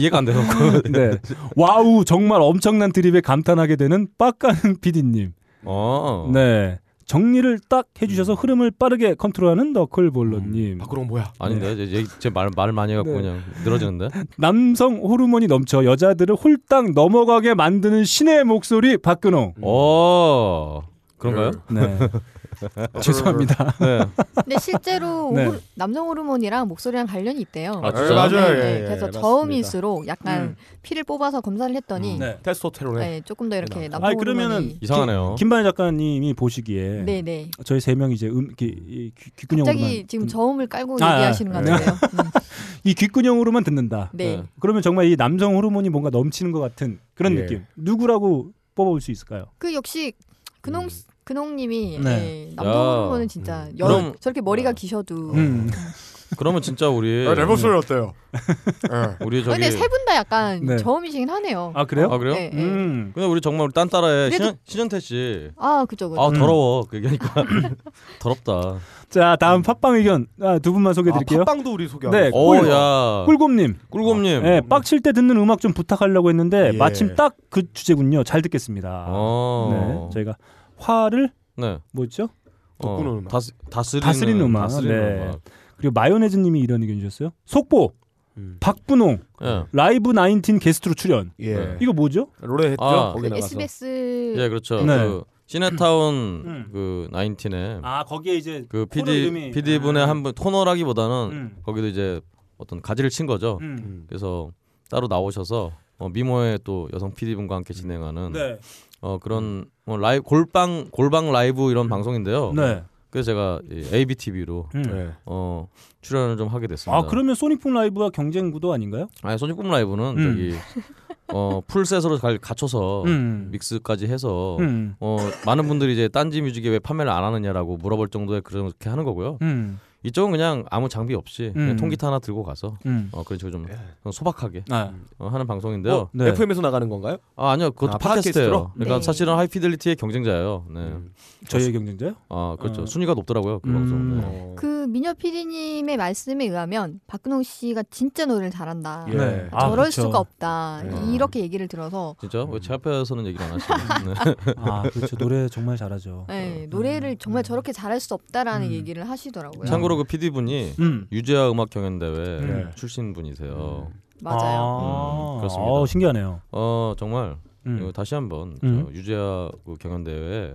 이해가 안 돼서.
[LAUGHS] 네. 와우 정말 엄청난 드립에 감탄하게 되는 빡가는 PD님.
[LAUGHS] 어.
네. 정리를 딱 해주셔서 흐름을 빠르게 컨트롤하는 너클볼러님.
밖으로 뭐야?
아닌데 제말 말 많이 해갖고
네. 음.
그냥 늘어지는데.
남성 호르몬이 넘쳐 여자들을 홀딱 넘어가게 만드는 신의 목소리 박근홍.
어 그런가요?
네. [LAUGHS] 죄송합니다.
네.
근데 실제로
[LAUGHS] 네.
호르- 남성 호르몬이랑 목소리랑 관련이 있대요. 네,
아,
예,
진짜요?
맞아요. 예, 예,
그래서
맞습니다.
저음일수록 약간
음.
피를 뽑아서 검사를 했더니
네.
테스토스테론에
네, 조금 더 이렇게
아니,
남성 호르몬이
그러면은
이상하네요.
[LAUGHS] 김반야 작가님이 보시기에
네네
저희 세 명 이제 음, 귀, 이 귀, 귓근형으로만
갑자기 지금
듣-
저음을 깔고
아,
얘기하시는 것 같아요. 음,
이 귓근형으로만 듣는다.
네.
네.
그러면 정말 이 남성 호르몬이 뭔가 넘치는 것 같은 그런
예.
느낌. 누구라고 뽑아볼 수 있을까요?
그 역시 근홍 근홍님이
네.
예, 남성
야.
호르몬은 진짜
음.
여,
그럼-
저렇게 머리가
어.
기셔도
음.
그러면 진짜 우리
네,
아, 랩 목소리
[LAUGHS]
어때요?
아,
예.
우리 저기
어, 근데 세 분 다 약간
네.
저음이시긴 하네요.
아 그래요?
아 그래요?
네, 네.
음.
근데 우리 정말 우리 딴따라의
그래도-
신현, 신현태 씨.
아 그죠 그죠.
아
음.
더러워. 그 얘기하니까 [LAUGHS] 더럽다.
자 다음 팟빵 의견 아, 두 분만 소개해드릴게요.
팟빵도 우리 소개.
네,
어?
꿀.
오야
꿀곰님,
꿀곰님.
예, 빡칠 때 듣는 음악 좀 부탁하려고 했는데
예.
마침 딱 그 주제군요. 잘 듣겠습니다.
어.
네, 저희가 화를
네.
뭐죠?
덕분에 음악.
어, 다, 다스리는,
다스리는 음악. 네. 그리고 마요네즈님이 이런 의견 주셨어요. 속보
음.
박분홍
예.
라이브 나인틴 게스트로 출연.
예.
네.
이거 뭐죠?
노래 했죠.
아.
거기
그
나가서.
SBS
예, 그렇죠.
네.
그 시네타운
음.
그 나인틴에
아 거기에 이제
그
코너
PD
이름이-
PD 분의
아.
한분 코너라기보다는
음.
거기도 이제 어떤 가지를 친 거죠.
음.
음.
그래서 따로 나오셔서 어, 미모의 또 여성 PD 분과 함께 진행하는
네.
어 그런 뭐 라이 골방 골방 라이브 이런 방송인데요.
음. 네.
그래서 제가 이 ABTV로
음.
네.
어 출연을 좀 하게 됐습니다.
아 그러면 소닉풍 라이브와 경쟁 구도 아닌가요?
아니 소니꿈 라이브는
음.
저기 어 풀셋으로 잘 갖춰서
음.
믹스까지 해서
음.
어 많은 분들이 이제 딴지 뮤직에 왜 판매를 안 하느냐라고 물어볼 정도의 그렇게 하는 거고요.
음.
이쪽은 그냥 아무 장비 없이 그냥
음.
통기타 하나 들고 가서
음.
어 그런 식으로 좀
예.
소박하게
아.
어, 하는 방송인데요.
어, 네.
FM에서 나가는 건가요?
아 아니요 그것도
아, 팟캐스트로? 음.
팟캐스트예요. 그러니까
네.
사실은 하이피델리티의 경쟁자예요. 네.
저희의 경쟁자요?
아 그렇죠.
어.
순위가 높더라고요 그
음.
방송. 네.
어.
그 미녀 PD님의 말씀에 의하면 박근홍 씨가 진짜 노래를 잘한다.
예. 네.
아,
저럴
그렇죠.
수가 없다.
네.
이렇게 얘기를 들어서
진짜 왜 제 앞에서는 얘기를 안 하시네. 네.
아 그렇죠. 노래 정말 잘하죠.
네, 노래를 정말 저렇게 잘할 수 없다라는
음.
얘기를 하시더라고요.
참고로 그 PD 분이
음.
유재하 음악 경연 대회
네.
출신 분이세요.
음.
맞아요.
아.
음, 그렇습니다.
어, 신기하네요.
어 정말
음.
이거 다시 한번
음.
저 유재하 그 경연 대회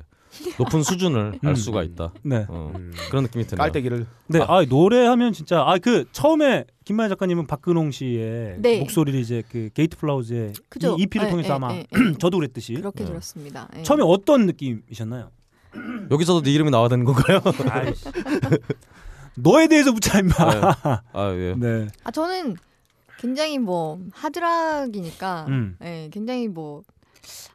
높은 수준을
음.
알 수가 있다.
네.
어,
음.
그런 느낌이 드네요.
깔때기를
네. 아, 노래하면 진짜 아 그 처음에 김만희 작가님은 박근홍 씨의
네.
목소리를 이제 그 게이트 플라워즈의
그죠?
이 EP를
예,
통해서
예,
아마
예, 예.
저도 그랬듯이
그렇게
네.
들었습니다. 예.
처음에 어떤 느낌이셨나요?
여기서도 네 이름이 나와야
[LAUGHS]
되는 건가요?
아이씨. 너에 대해서 묻자 임마.
아 예.
[LAUGHS] 네.
아 저는 굉장히 뭐 하드락이니까
음.
예, 굉장히 뭐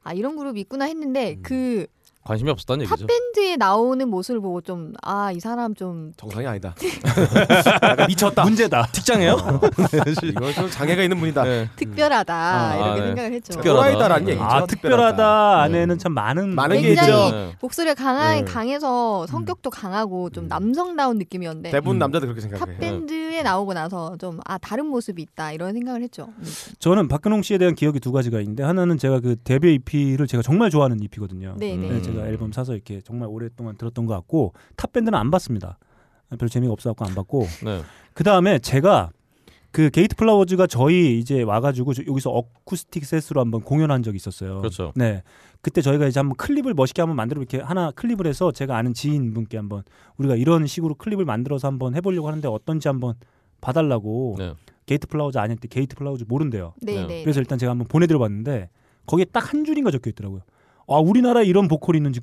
아, 이런 그룹이 있구나 했는데
음.
그
관심이 없었다는 얘기죠.
팝밴드에 나오는 모습을 보고 좀 아 이 사람
음.
좀
정상이 아니다.
네. 아, 그러니까 미쳤다. 문제다. 아,
직장이에요?
어.
[LAUGHS] 이건 좀 장애가 있는 분이다.
네.
특별하다
아,
이렇게
네.
생각을 했죠.
특별하다.
또라이다라는
네.
얘기죠.
아 특별하다 안에는 참 많은
많은 게
굉장히
있죠.
네. 음.
목소리가 강한
네.
강해서 성격도 강하고 좀 남성다운 느낌이었는데
대부분
음.
남자들 그렇게
네.
생각해.
음.
탑밴드에 나오고 나서 좀 아 다른 모습이 있다 이런 생각을 했죠. 음.
저는 박근홍 씨에 대한 기억이 두 가지가 있는데 하나는 제가 그 데뷔 EP를 제가 정말 좋아하는 EP거든요.
네, 네.
음.
제가 앨범 사서 이렇게 정말 오랫동안 들었던 것 같고 탑 밴드는 안 봤습니다. 아, 별로 재미가 없어갖고 안 봤고
네.
그 다음에 제가 그 게이트 플라워즈가 저희 이제 와가지고 저- 여기서 어쿠스틱 셋으로 한번 공연한 적이 있었어요.
그렇죠.
네. 그때 저희가 이제 한번 클립을 멋있게 한번 만들어 이렇게 하나 클립을 해서 제가 아는 지인분께 한번 우리가 이런 식으로 클립을 만들어서 한번 해보려고 하는데 어떤지 한번 봐달라고
네.
게이트 플라워즈 아니었대 게이트 플라워즈 모른대요.
네,
네.
네.
그래서 일단 제가 한번 보내드려봤는데 거기에 딱 한 줄인가 적혀 있더라고요. 아 우리나라에 이런 보컬이 있는지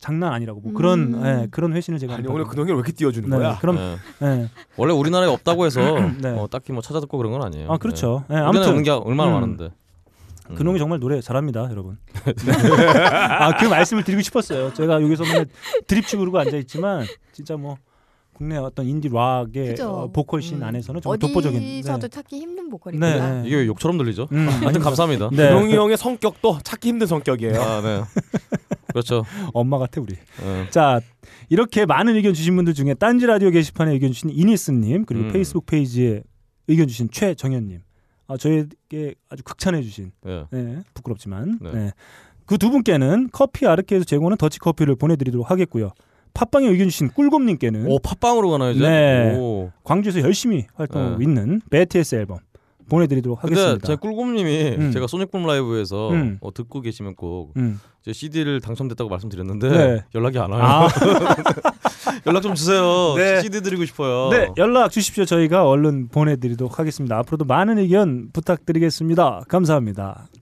장난 아니라고 뭐 그런
음.
예, 그런 회신을 제가
아니
한번
오늘 근홍이를 왜 이렇게 띄워주는
네,
거야?
그럼
네.
예.
원래 우리나라에 없다고 해서
[LAUGHS] 네.
어, 딱히 뭐 찾아듣고 그런 건 아니에요.
아 그렇죠. 예,
네. 우리나라에
아무튼
없는 게 얼마나
음.
많은데. 음.
근홍이 정말 노래 잘합니다, 여러분. 아 그 말씀을 드리고 싶었어요. 제가 여기서 맨날 드립치고 그러고 앉아 있지만 진짜 뭐 국내 어떤 인디 락의
그죠.
어, 보컬 씬
음.
안에서는 정말 독보적인. 네.
어디서도 찾기 힘든
네.
보컬이구나.
이게 왜 욕처럼 들리죠?
음,
하여튼 감사합니다.
네.
근홍이 형의 성격도 찾기 힘든 성격이에요.
아 네. 그렇죠.
엄마 같아 우리.
네.
자 이렇게 많은 의견 주신 분들 중에 딴지 라디오 게시판에 의견 주신 이니스님 그리고
음.
페이스북 페이지에 의견 주신 최정현님 아, 저에게 아주 극찬해 주신
네.
예, 부끄럽지만
네.
그 두 분께는 커피 아르케에서 제공하는 더치 커피를 보내드리도록 하겠고요 팟빵에 의견 주신 꿀곰님께는
오 팟빵으로 가나요 이제?
네.
오.
광주에서 열심히 활동하고
네.
있는 베트스 앨범 보내드리도록
근데
하겠습니다.
제 꿀곰님이
음.
제가 소닉붐 라이브에서
음.
어, 듣고 계시면 꼭
음.
제 CD를 당첨됐다고 말씀드렸는데
네.
연락이 안 와요.
아,
[LAUGHS] 연락 좀 주세요.
네.
CD 드리고 싶어요.
네 연락 주십시오. 저희가 얼른 보내드리도록 하겠습니다. 앞으로도 많은 의견 부탁드리겠습니다. 감사합니다.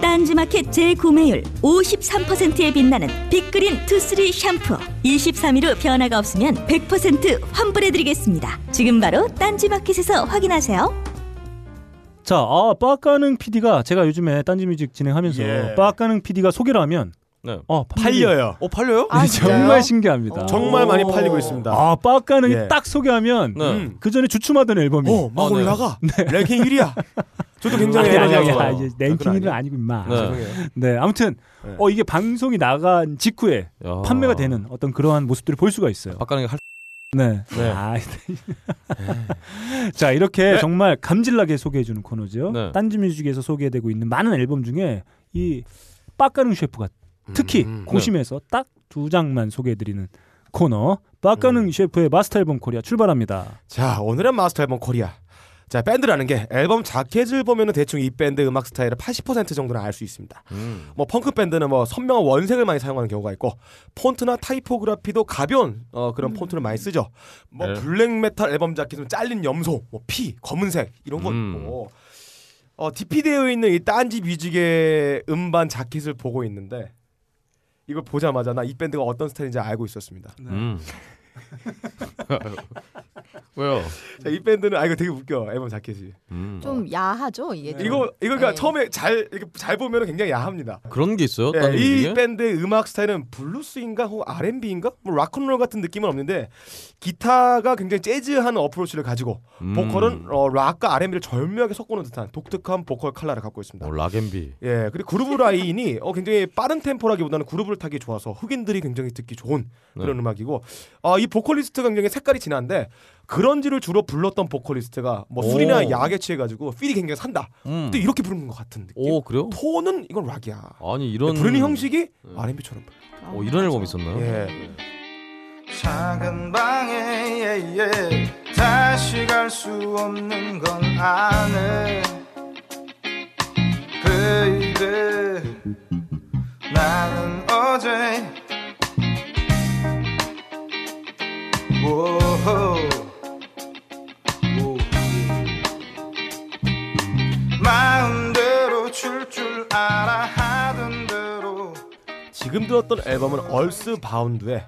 딴지마켓 재구매율 53%에 빛나는 빅그린 투쓰리 샴푸 23일 후 변화가 없으면 100% 환불해드리겠습니다 지금 바로 딴지마켓에서 확인하세요
자, 아, 빠까능 PD가 제가 요즘에 딴지뮤직 진행하면서
예.
빠까능 PD가 소개를 하면
네.
어, 판매율이
음.
팔려요.
어 팔려요? 어,
아,
[LAUGHS]
진짜요?
정말 신기합니다.
정말 많이
오.
팔리고 있습니다.
아, 빠까능이
예.
딱 소개하면
네.
음.
그 전에 주춤하던
음.
앨범이
어, 막
아, 네.
[LAUGHS]
올라가.
[LAUGHS]
랭킹 1위야. 저도 굉장히
아니 아니 아니,
에너지가
아니
좋아요.
이제 랭킹
아,
일은
그건
아니고 임마.
네.
네. 아무튼
네.
어 이게 방송이 나간 직후에
아.
야.
판매가 되는 어떤 그러한 모습들을 볼 수가 있어요.
박가는 게할
네.
네.
아, 네.
[LAUGHS]
자 이렇게 정말 감질나게 소개해주는 코너죠.
네.
딴지뮤직에서 소개되고 있는 많은 앨범 중에 이 빠까능 셰프가 특히
네.
음.
고심해서 딱 두 장만 소개해드리는 코너 빠까능
음.
셰프의 마스터 앨범 코리아 출발합니다.
자 오늘의 마스터 앨범 코리아 자 밴드라는 게 앨범 자켓을 보면은 대충 이 밴드 음악 스타일의 80% 정도는 알 수 있습니다
음.
뭐 펑크 밴드는 뭐 선명한 원색을 많이 사용하는 경우가 있고 폰트나 타이포그라피도 가벼운 어, 그런 폰트를 많이 쓰죠 뭐
네.
블랙메탈 앨범 자켓은 잘린 염소 뭐 피 검은색 이런 거
음.
있고 어, 디피되어 있는 이 딴지 뮤직의 음반 자켓을 보고 있는데 이걸 보자마자 나 이 밴드가 어떤 스타일인지 알고 있었습니다
음. 왜요?
자, 이 밴드는 아 이거 되게 웃겨 앨범 자켓이
음.
좀 야하죠 이게. 좀.
이거 이거 그러니까
네.
처음에 잘 이렇게 잘 보면 굉장히 야합니다.
그런 게 있어요?
예,
딴
이
뮤직에?
밴드의 음악 스타일은 블루스인가 혹 R&B인가 뭐 락앤롤 같은 느낌은 없는데 기타가 굉장히 재즈한 어프로치를 가지고
음.
보컬은 어, 락과 R&B를 절묘하게 섞어놓은 듯한 독특한 보컬 컬러를 갖고 있습니다.
어, 락앤비.
예, 그리고 그루브 라인이 어, 굉장히 빠른 템포라기보다는 그루브를 타기 좋아서 흑인들이 굉장히 듣기 좋은 그런
네.
음악이고 아, 이 보컬리스트가 굉장히 색깔이 진한데 그런지를 주로 불렀던 보컬리스트가 뭐
오.
술이나 약에 취해가지고 필이 굉장히 산다.
음.
또 이렇게 부르는 것 같은 느낌.
오 그래요?
톤은 이건 락이야.
아니 이런 네.
부르는 네, 형식이 R&B처럼.
아,
어, 이런 앨범 있었나요?
예.
작은 방에 예, 예. 다시 갈 수 없는 건 아네 베이베 나는 어제 오호 오. 마음대로 줄 줄 알아 하던 대로
지금 들었던 앨범은 얼스 바운드의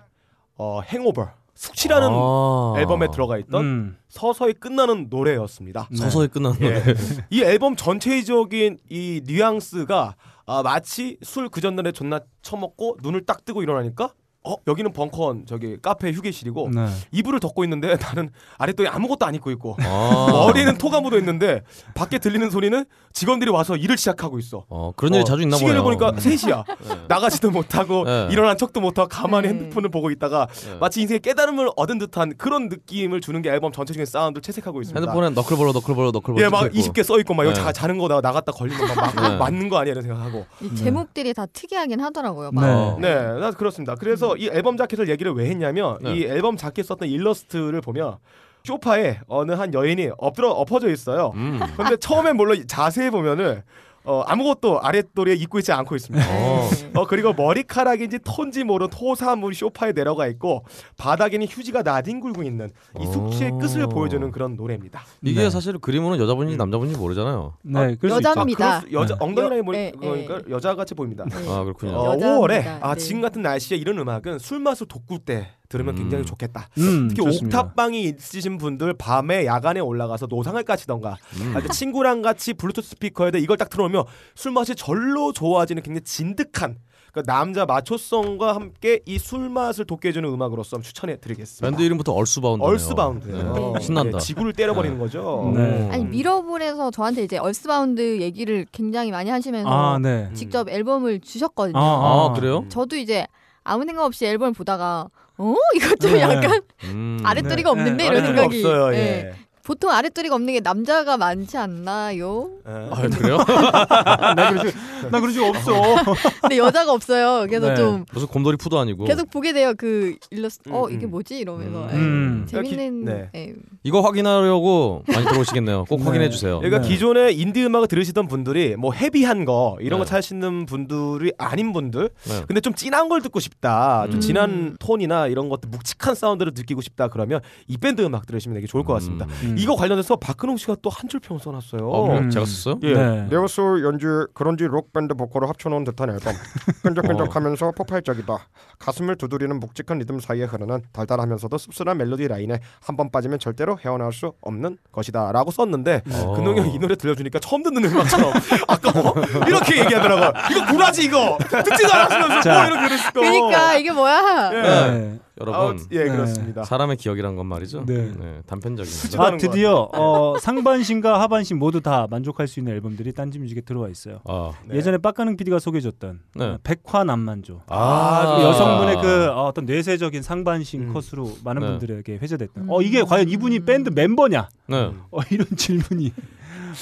어, 행오버 숙취라는
아.
앨범에 들어가 있던
음.
서서히 끝나는 노래였습니다.
네. 서서히 끝나는 노래.
이 앨범 전체적인 이 뉘앙스가 아, 마치 술 그 전날에 존나 처먹고 눈을 딱 뜨고 일어나니까 어 여기는 벙커원 저기 카페 휴게실이고
네.
이불을 덮고 있는데 [LAUGHS] 나는 아랫도에 아무것도 안 입고 있고
아.
[LAUGHS] 머리는 토가 묻어 있는데 밖에 들리는 소리는 직원들이 와서 일을 시작하고 있어.
어 그런 일이
어,
자주 있나 보네요. 음.
시계를 보니까
[LAUGHS]
3시야. 나가지도 못하고
네.
일어난 척도 못하고 가만히
음.
핸드폰을 보고 있다가
네.
마치 인생의 깨달음을 얻은 듯한 그런 느낌을 주는 게 앨범 전체적인 사운드를 채색하고 있습니다.
핸드폰에 너클볼러 너클볼러 너클볼러.
예, 막
찍혀있고.
20개 써 있고 막 이거
네.
자, 자는 거다 나갔다 걸리면 막 막-
네. 어.
맞는 거 아니야 이런 생각하고.
이 제목들이 다 특이하긴 하더라고요. 막.
네.
네, 나 그렇습니다. 그래서 이 앨범 자켓을 얘기를 왜 했냐면
네.
이 앨범 자켓 썼던 일러스트를 보면 쇼파에 어느 한 여인이 엎드려 엎어져 있어요.
음.
근데 처음엔 물론 자세히 보면은 어, 아무것도 아랫도리에 입고 있지 않고 있습니다.
어.
네.
어 그리고 머리카락인지 톤지 모른 토사물이 쇼파에 내려가 있고 바닥에는 휴지가 나뒹굴고 있는 이 숙취의
오.
끝을 보여주는 그런 노래입니다.
이게
네.
사실 그림으로는 여자분인지 남자분인지 모르잖아요.
네. 그럴 수
여자-
있죠.
합니다.
아, 그럴 수- 여자 엉덩이라인 보니
네,
그러니까
네.
여자 같이 보입니다.
네.
아 그렇군요.
어,
여자입니다.
5월에 아
네.
지금 같은 날씨에 이런 음악은 술 마시고 돋굴 때 들으면
음.
굉장히 좋겠다.
음,
특히
좋습니다.
옥탑방이 있으신 분들 밤에 야간에 올라가서 노상을 까시던가
음.
아니면 친구랑 같이 블루투스 스피커에다 이걸 딱 틀어놓으면 술맛이 절로 좋아지는 굉장히 진득한 그 남자 마초성과 함께 이 술맛을 돋게 해주는 음악으로서 추천해드리겠습니다.
밴드 이름부터 얼스바운드.
얼스바운드 어.
네.
신난다. 음.
지구를 때려버리는
어.
거죠.
네.
아니 미러볼에서 저한테 이제 얼스바운드 얘기를 굉장히 많이 하시면서
아, 네.
직접 앨범을 주셨거든요.
아,
어.
그래요?
저도 이제 아무 생각 없이 앨범을 보다가 어 이것 좀
네.
약간
음.
네.
아랫도리가 없는데
네.
이런
아랫도리가
생각이
없어요,
예.
예.
보통 아랫도리가 없는 게 남자가 많지 않나요?
네.
아
[LAUGHS]
그래요?
나 그런 적- 나 그런 적
아,
없어.
근데 여자가 없어요. 그래서
네.
좀
무슨 곰돌이 푸도 아니고
계속 보게 돼요. 그 일러스트. 어
음,
이게
음.
뭐지 이러면서
음.
예,
음.
재밌는.
네.
예.
이거 확인하려고 많이 들어오시겠네요. 꼭
네.
확인해 주세요.
그러니까
네.
기존에 인디 음악을 들으시던 분들이 뭐 헤비한 거 이런 거
네.
찾으시는 분들이 아닌 분들
네.
근데 좀 진한 걸 듣고 싶다 좀
음.
진한 톤이나 이런 것들 묵직한 사운드를 느끼고 싶다 그러면 이 밴드 음악 들으시면 되게 좋을 것 같습니다
음.
이거 관련해서 박근홍 씨가 또 한 줄 평 써놨어요
어, 그래요?
음.
제가 썼어요?
예. 네.
네오소 연주 그런지 록밴드 보컬을 합쳐놓은 듯한 앨범
어,
끈적끈적하면서 폭발적이다 가슴을 두드리는 묵직한 리듬 사이에 흐르는 달달하면서도 씁쓸한 멜로디 라인에 한 번 빠지면 절대로 헤어나올 수 없는 것이다 라고 썼는데
어.
그 근홍이 형이 이 노래 들려주니까 처음 듣는 음악처럼 [LAUGHS] 아까 뭐 이렇게 얘기하더라고 이거 구라지 이거 듣지도 않았으면서
자.
뭐 이렇게 그랬을 거
그러니까 이게 뭐야?
네.
아,
여러분
예
네.
그렇습니다
사람의 기억이란 건 말이죠.
네.
네. 단편적입니다.
아 드디어 어, 상반신과 하반신 모두 다 만족할 수 있는 앨범들이 딴지 뮤직에 들어와 있어요.
아,
네.
예전에 빡가능 PD가 소개해줬던
네.
어, 백화남만조
아,
그 여성분의 그 어, 어떤 뇌세적인 상반신
음.
컷으로 많은
네.
분들에게 회자됐던 어 이게 과연 이분이 밴드 멤버냐
네.
어, 이런 질문이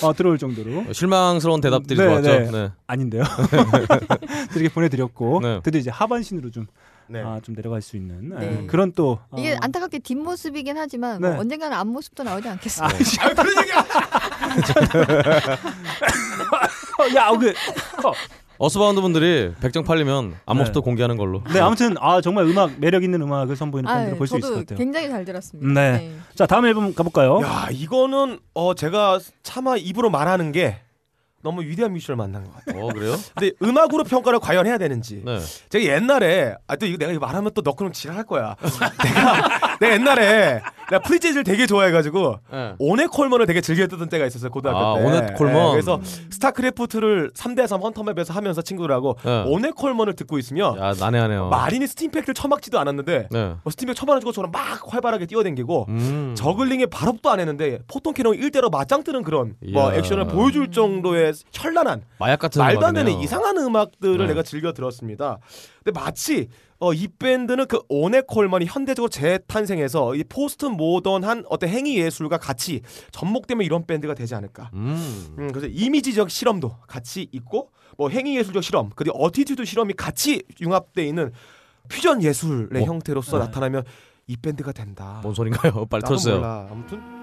어, 들어올 정도로
실망스러운 대답들이
네,
좋았죠.
네.
네. 네.
아닌데요 [LAUGHS] 이렇게 보내드렸고
네.
드디어 이제 하반신으로 좀,
네.
아, 좀 내려갈 수 있는 아,
네.
그런 또 어,
이게 안타깝게 뒷모습이긴 하지만
네.
뭐 언젠가는 앞모습도 나오지 않겠어.
아, 씨. 어, [LAUGHS] 야, 그, 어,
어스바운드 분들이 백정 팔리면 앞모습도
네.
공개하는 걸로.
네, 아무튼 아 정말 음악 매력 있는 음악을 선보이는 밴드로 볼 수 있을 것
아, 예. 저도
같아요.
굉장히 잘 들었습니다. 예.
네. 자, 다음 앨범
어?
가볼까요?
야 이거는 어 제가 차마 입으로 말하는 게 너무 위대한 뮤지션을 만난 것 같아요.
어 그래요?
근데 음악으로 평가를 과연 해야 되는지.
네.
제가 옛날에 아또 이거 내가 이거 말하면 또 너그럼 지랄할 거야. [LAUGHS] 내가 내가 옛날에 내가 프리재즈를 되게 좋아해가지고
네.
오넷 콜먼을 되게 즐겨 듣던 때가 있었어요 고등학교
아,
때.
오넷 콜먼.
예, 그래서 스타크래프트를 3대3 헌터맵에서 하면서 친구들하고
네.
오넷 콜먼을 듣고 있으면
야 난해하네요.
마린이 스팀팩을 처박지도 않았는데
네.
어, 스팀팩 처박는 것처럼 막 활발하게 뛰어댕기고
음.
저글링에 발업도 안 했는데 포통 캐논 1대로 맞짱 뜨는 그런 뭐
이야.
액션을 보여줄 정도의 현란한
마약 같은
말도 안
음악이네요.
되는 이상한 음악들을
네.
내가 즐겨 들었습니다. 근데 마치 어, 이 밴드는 그 오네 콜먼이 현대적으로 재탄생해서 이 포스트 모던한 어떤 행위 예술과 같이 접목되면 이런 밴드가 되지 않을까.
음.
음, 그래서 이미지적 실험도 같이 있고 뭐 행위 예술적 실험, 그리고 어티튜드 실험이 같이 융합돼 있는 퓨전 예술의
어.
형태로서 나타나면 이 밴드가 된다.
뭔 소린가요? [LAUGHS] 빨리
나도
터주세요.
몰라. 아무튼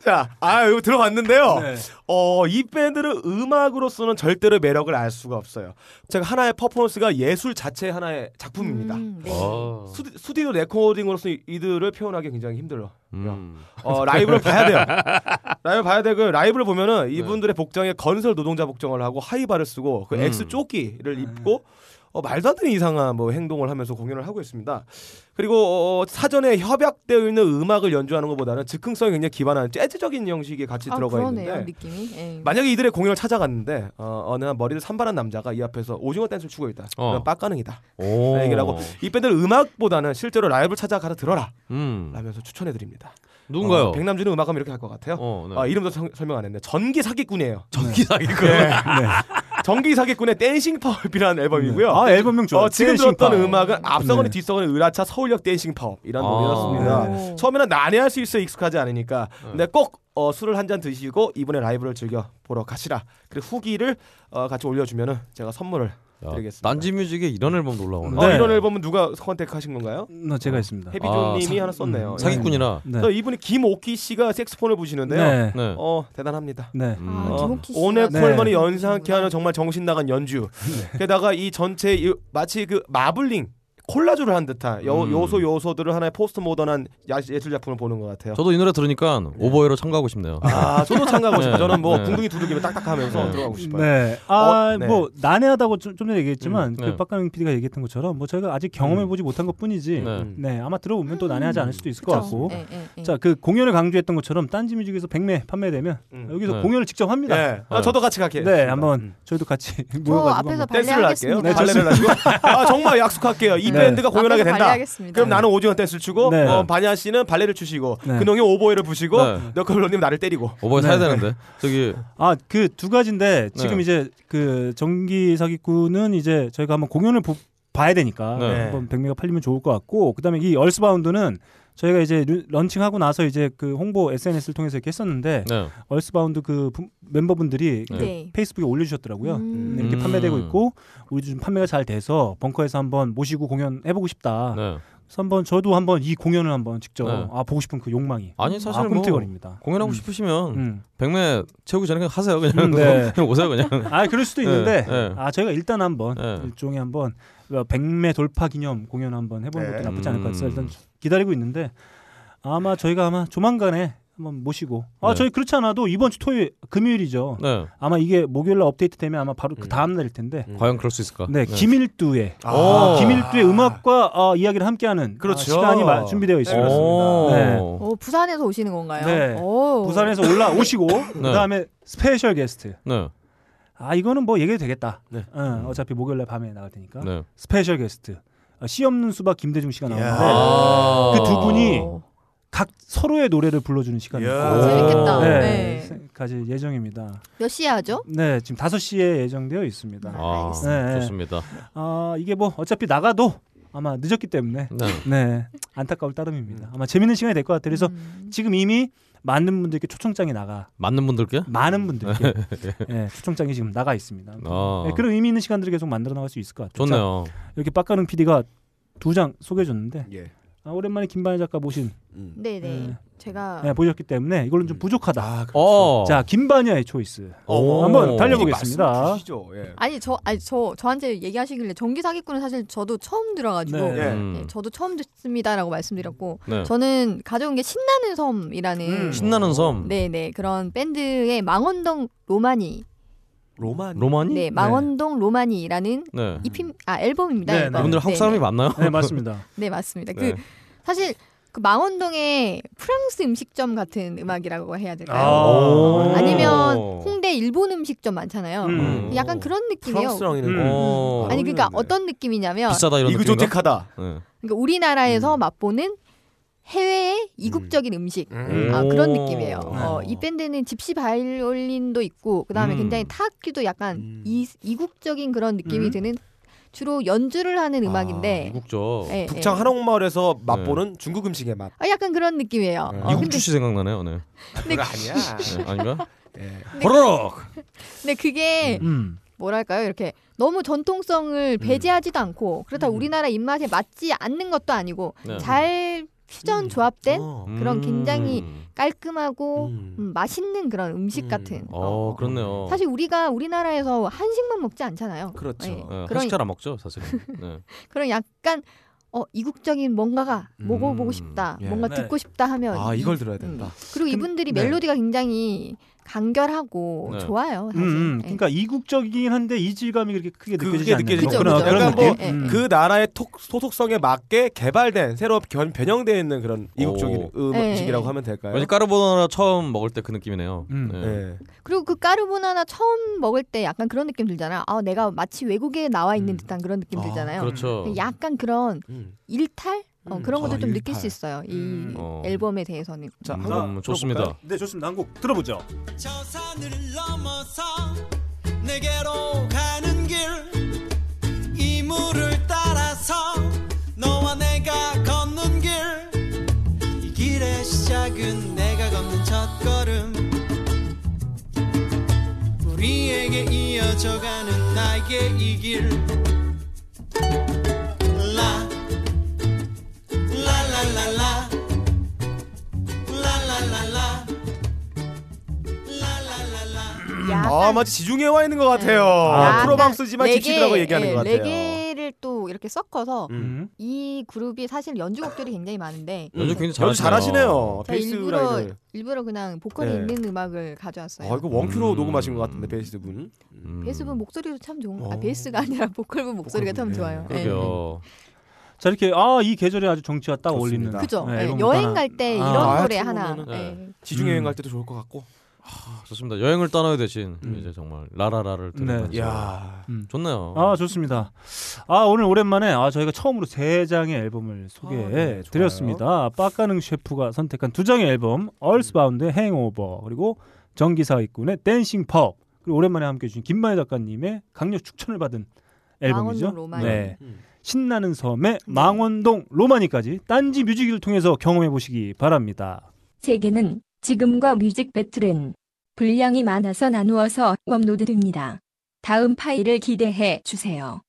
자, 아 이거 들어봤는데요.
네.
어, 이 밴드는 음악으로서는 절대로 매력을 알 수가 없어요. 제가 하나의 퍼포먼스가 예술 자체 하나의 작품입니다.
음, 네.
어.
스튜- 스튜디오 레코딩으로서 이- 이들을 표현하기 굉장히 힘들어.
음.
어, 라이브를
[LAUGHS]
봐야 돼요. 라이브 봐야 되고 라이브를
네.
보면은 이분들의 복장에 건설 노동자 복장을 하고 하이바를 쓰고 그
음.
엑스
네.
조끼를 입고 어, 말도 안 되는 이상한 뭐 행동을 하면서 공연을 하고 있습니다. 그리고 어, 사전에 협약되어 있는 음악을 연주하는 것보다는 즉흥성이 굉장히 기반한 재즈적인 형식이 같이
아,
들어가
그러네요
있는데
느낌이. 예.
만약에 이들의 공연을 찾아갔는데 어, 어느 한 머리를 산발한 남자가 이 앞에서 오징어 댄스를 추고 있다.
어.
그럼 빡가능이다.
오.
그 얘기를 하고 이 밴드는 음악보다는 실제로 라이브를 찾아가서 들어라
음.
라면서 추천해 드립니다.
누군가요?
어, 백남준은 음악하면 이렇게 할 것 같아요.
어, 네.
아, 이름도 네. 성- 설명 안 했네. 전기 사기꾼이에요.
전기 사기꾼.
전기 사기꾼의 댄싱 파업이라는 앨범이고요.
아, 앨범명 좋아요.
어, 지금
댄싱
들었던
파워.
음악은 앞서거니
네.
뒤서거니 으라차 서울역 댄싱 파업 이런
아.
노래였습니다.
오.
처음에는 난해할 수 있어 익숙하지 않으니까.
네.
근데 꼭 어, 술을 한 잔 드시고 이분의 라이브를 즐겨 보러 가시라. 그리고 후기를 어, 같이 올려주면은 제가 선물을
야,
네. 드리겠습니다.
딴지뮤직에 이런 앨범도 올라오네.
어,
네.
이런 앨범은 누가 선택하신 건가요?
음, 제가
네.
했습니다.
해비존님이
사-
하나 썼네요.
음,
사기꾼이라.
네.
그래서 이분이 김옥희 씨가 색스폰을 부시는데요.
네.
네.
어 대단합니다.
네.
음.
아,
어,
김옥희 씨가
오늘
네.
콜먼이 연상케 하는 정말 정신 나간 연주. 게다가 이 전체 이, 마치 그 마블링 콜라주를 한 듯한 요,
음.
요소 요소들을 하나의 포스트 모던한 야- 예술 작품을 보는 것 같아요.
저도 이 노래 들으니까 오버웨이로 참가하고 싶네요.
아, 저도 참가하고 싶어요.
네.
저는 뭐
네.
궁둥이 두들기면 딱딱하면서
네.
들어가고 싶어요.
네. 아,
어, 네.
뭐 난해하다고 좀, 좀 전에 얘기했지만
음,
그
네. 음.
박가영 PD가 얘기했던 것처럼 뭐 저희가 아직 경험해 보지 못한 것뿐이지. 네.
네.
아마 들어보면 또 난해하지 않을 수도 있을 것 같고.
예, 예, 예.
자, 그 공연을 강조했던 것처럼 딴지 뮤직에서 100매 판매되면
음.
여기서
네.
공연을 직접 합니다. 네.
네. 아, 저도 같이
예,
갈게요.
한번
음.
저희도 같이 [LAUGHS]
저
모여 가지고
앞에서
댄스를 할게요.
발레하겠습니다.
네,
발레를 하시고. 아, 정말 약속할게요. 이
네.
밴드가 공연하게
앞에서
된다.
발레하겠습니다.
그럼 나는 오징어 댄스를 추고
네.
어, 반야 씨는 발레를 추시고
네.
근홍이 오보이를 부시고
네.
너클블로님 나를 때리고
오버웨이 사야
네.
되는데
[LAUGHS]
저기
아 그 두 가지인데 지금
네.
이제 그 정기 사기꾼은 이제 저희가 한번 공연을 보- 봐야 되니까
네.
한번 백미가 팔리면 좋을 것 같고 그다음에 이 얼스바운드는 저희가 이제 루- 런칭하고 나서 이제 그 홍보 SNS를 통해서 이렇게 했었는데
네.
얼스바운드 그 분- 멤버분들이 그
네.
페이스북에 올려주셨더라고요.
음.
네, 이렇게
음.
판매되고 있고 우리도 좀 판매가 잘 돼서 벙커에서 한번 모시고 공연 해보고
아,
싶다.
네.
그래서 한번 저도 한번 이 공연을 한번 직접
네.
아 보고 싶은 그 욕망이
아니 사실
아,
뭐
꿈틀거립니다.
공연하고
음.
싶으시면
음.
백매 채우기 전에 그냥 하세요 그냥,
음, 네.
[LAUGHS] 그냥 오세요 그냥.
아 그럴 수도 있는데
네, 네.
아 저희가 일단 한번
네.
일종의 한번 백매 돌파 기념 공연 한번 해보는
네.
것도 나쁘지 않을 것 같아서
음.
일단 기다리고 있는데 아마 저희가 아마 조만간에 한번 모시고 아
네.
저희 그렇지 않아도 이번 주 토요일 금요일이죠
네.
아마 이게 목요일날 업데이트 되면 아마 바로 그 다음 날일 텐데
과연 그럴 수 있을까?
네, 김일두의
아.
아, 김일두의 음악과 아, 이야기를 함께하는
그렇죠.
아, 시간이 마- 준비되어 있습니다.
오.
네.
오, 어, 부산에서 오시는 건가요?
네.
오.
부산에서
[LAUGHS]
올라오시고
네.
그다음에 스페셜 게스트
네.
아 이거는 뭐 얘기해도 되겠다.
네.
어, 어차피 목요일날 밤에 나갈
어?
테니까
네.
스페셜 게스트 어, 씨 없는 수박 김대중 씨가 나오는데
아.
그 두 분이
오.
각 서로의 노래를 불러주는 시간이
이야.
아, 재밌겠다.
네,
네.
까지 예정입니다.
몇 시에 하죠?
네, 지금 5시에 예정되어 있습니다. 아,
아,
네, 네.
좋습니다.
이게 뭐 어차피 나가도 아마 늦었기
음.
때문에
네.
네, 안타까울 따름입니다. 아마 재밌는 시간이 될 것 같아요. 그래서
음.
지금 이미 많은 분들께 초청장이 나가
맞는 분들께?
많은
[LAUGHS]
분들께 예, 초청장이 지금 나가 있습니다.
아.
예, 그런 의미 있는 시간들을 계속 만들어 나갈 수 있을 것 같아요.
좋네요.
자, 이렇게 빡가는 PD가 두 장 소개해 줬는데
예.
아, 오랜만에 김반야 작가 모신
네, 네.
네.
제가
예, 보셨기 때문에 이걸로는 좀 부족하다.
음. 어.
자, 김반야의 초이스.
오.
어, 한번 달려보겠습니다.
말씀 주시죠. 예.
아니 저 아니 저 저한테 얘기하시길래 전기 사기꾼은 사실 저도 처음 들어가지고
네.
예.
음.
네, 저도 처음 듣습니다라고 말씀드렸고
네.
저는 가져온 게 신나는 섬이라는
음.
신나는 섬.
네네 그런 밴드의 망원동 로마니
로만
로마니?
네 망원동 로마니라는
네.
이핀 아 앨범입니다.
네,
앨범.
네.
이분들 한국
네,
사람이
네.
맞나요?
네,
[LAUGHS]
맞습니다.
네 맞습니다.
네.
그 사실 그 망원동의 프랑스 음식점 같은 음악이라고 해야
네.
될까요?
아.
아. 니면
오.
홍대 일본 음식점 많잖아요.
음.
약간 그런 느낌이에요.
프랑스랑이는
음.
어.
아니 그러니까
어울리는데.
어떤 느낌이냐면
비싸다 이런 느낌인가?
이그조택하다.
네.
그러니까 우리나라에서 맛보는 해외의 이국적인 음. 식
음.
아,
오.
그런 느낌이에요. 어,
네.
이 밴드는 집시 바이올린도 있고 그다음에
음.
굉장히 타악기도 약간
음.
이, 이국적인 그런 느낌이
음.
드는 주로 연주를 하는 음악인데
미국죠.
예,
북창
예.
한옥마을에서 맛보는
네.
중국 음식의 맛.
아, 약간 그런 느낌이에요.
네.
어,
음. 이국
근데,
출시 생각나네요. 네.
그거 아니야.
네. 아닌가?
예.
호로록.
근데 그게
음.
뭐랄까요? 이렇게 너무 전통성을 배제하지도 않고 그렇다 고 우리나라 입맛에 맞지 않는 것도 아니고
네. 음.
잘 퓨전 조합된
어.
그런 굉장히 깔끔하고
음.
네? 음, 맛있는 그런 음식
음.
같은.
어,
어.
그렇네요.
사실 우리가 우리나라에서 한식만 먹지 않잖아요.
그렇죠.
예.
네,
그런
한식 잘안 먹죠, 사실은.
[LAUGHS]
네.
그런 약간 어, 이국적인 뭔가가
음.
먹어보고 싶다,
예.
뭔가
네.
듣고 싶다 하면
아
이-
이걸 들어야
음.
된다.
그리고 이분들이
네.
멜로디가 굉장히 간결하고
네.
좋아요. 사실.
음, 음.
예.
그러니까 이국적이긴 한데 이질감이 그렇게 크게
그게
느껴지지 않는
느껴지죠.
그죠,
그런
그죠.
그런
약간 뭐
느낌. 음.
예, 예.
그 나라의 톡, 소속성에 맞게 개발된 새로 변, 변형되어 있는 그런 이국적인 음식이라고
네.
하면 될까요?
그-
왠지 까르보나라 처음 먹을 때 그 느낌이네요.
음.
네.
네.
그리고 그 까르보나나 처음 먹을 때 약간 그런 느낌 들잖아요. 아, 내가 마치 외국에 나와 있는 듯한 그런 느낌
아,
들잖아요.
그렇죠.
약간 그런
음.
일탈 어,
음.
그런 것도
아,
좀 느낄
일탈.
수 있어요. 이
음.
어.
앨범에 대해서는.
자,
음,
한번
음, 좋습니다.
네, 좋습니다. 한 곡 들어보죠.
저 산을 넘어서 내게로 가는 길 이 물을 따라서 너와 내가 걷는 길 이 길의 시작은 내가 걷는 첫 걸음 우리에게 이어져가는 나의 이길 라 라라라라 라라라라
약간
아 마치 지중해에 와 있는 것
네.
같아요. 아,
약간 음. 아, 그러니까
프로방스지만
레게,
아, 집시들하고 얘기하는
예,
것 같아요.
레게를 또 이렇게 섞어서
음.
이 그룹이 사실 연주곡들이 굉장히 많은데
연주 굉장히
연주 잘하시네요.
제가
베이스
일부러
라인을.
일부러 그냥 보컬이
네.
있는 음악을 가져왔어요.
아 이거 원큐로
음.
녹음하신 것 같은데 베이스 분.
베이스분 목소리도 참 좋은 아
음. 어.
베이스가 아니라 보컬분 목소리가 참
보컬분, 네.
좋아요. 예.
그러게요.
자 이렇게 아 이 계절에 아주 정치와 딱 어울리는
좋습니다.
그죠?
네,
예,
앨범
여행
하나.
갈 때
아.
이런
아,
노래
어떻게
하나.
보면은-
예.
지중 여행 갈 때도 좋을 것 같고.
아, 좋습니다. 여행을 떠나요 대신
음.
이제 정말 라라라를
네.
들으면서
그렇죠. 야.
좋네요.
아 좋습니다. 아 오늘 오랜만에 아 저희가 처음으로 세 장의 앨범을 소개해
아, 네, 좋아요.
드렸습니다. 빡가능 셰프가 선택한 두 장의 앨범 얼스바운드의 행오버 그리고 전기사 일꾼의 댄싱 펍 그리고 오랜만에 함께해 주신 김만희 작가님의 강력 추천을 받은 앨범이죠.
망원동 로마니. 네.
네.
음.
신나는 섬의 망원동 로마니까지 딴지 뮤직을 통해서 경험해 보시기 바랍니다.
세계는 지금과 뮤직 배틀은 분량이 많아서 나누어서 업로드됩니다. 다음 파일을 기대해 주세요.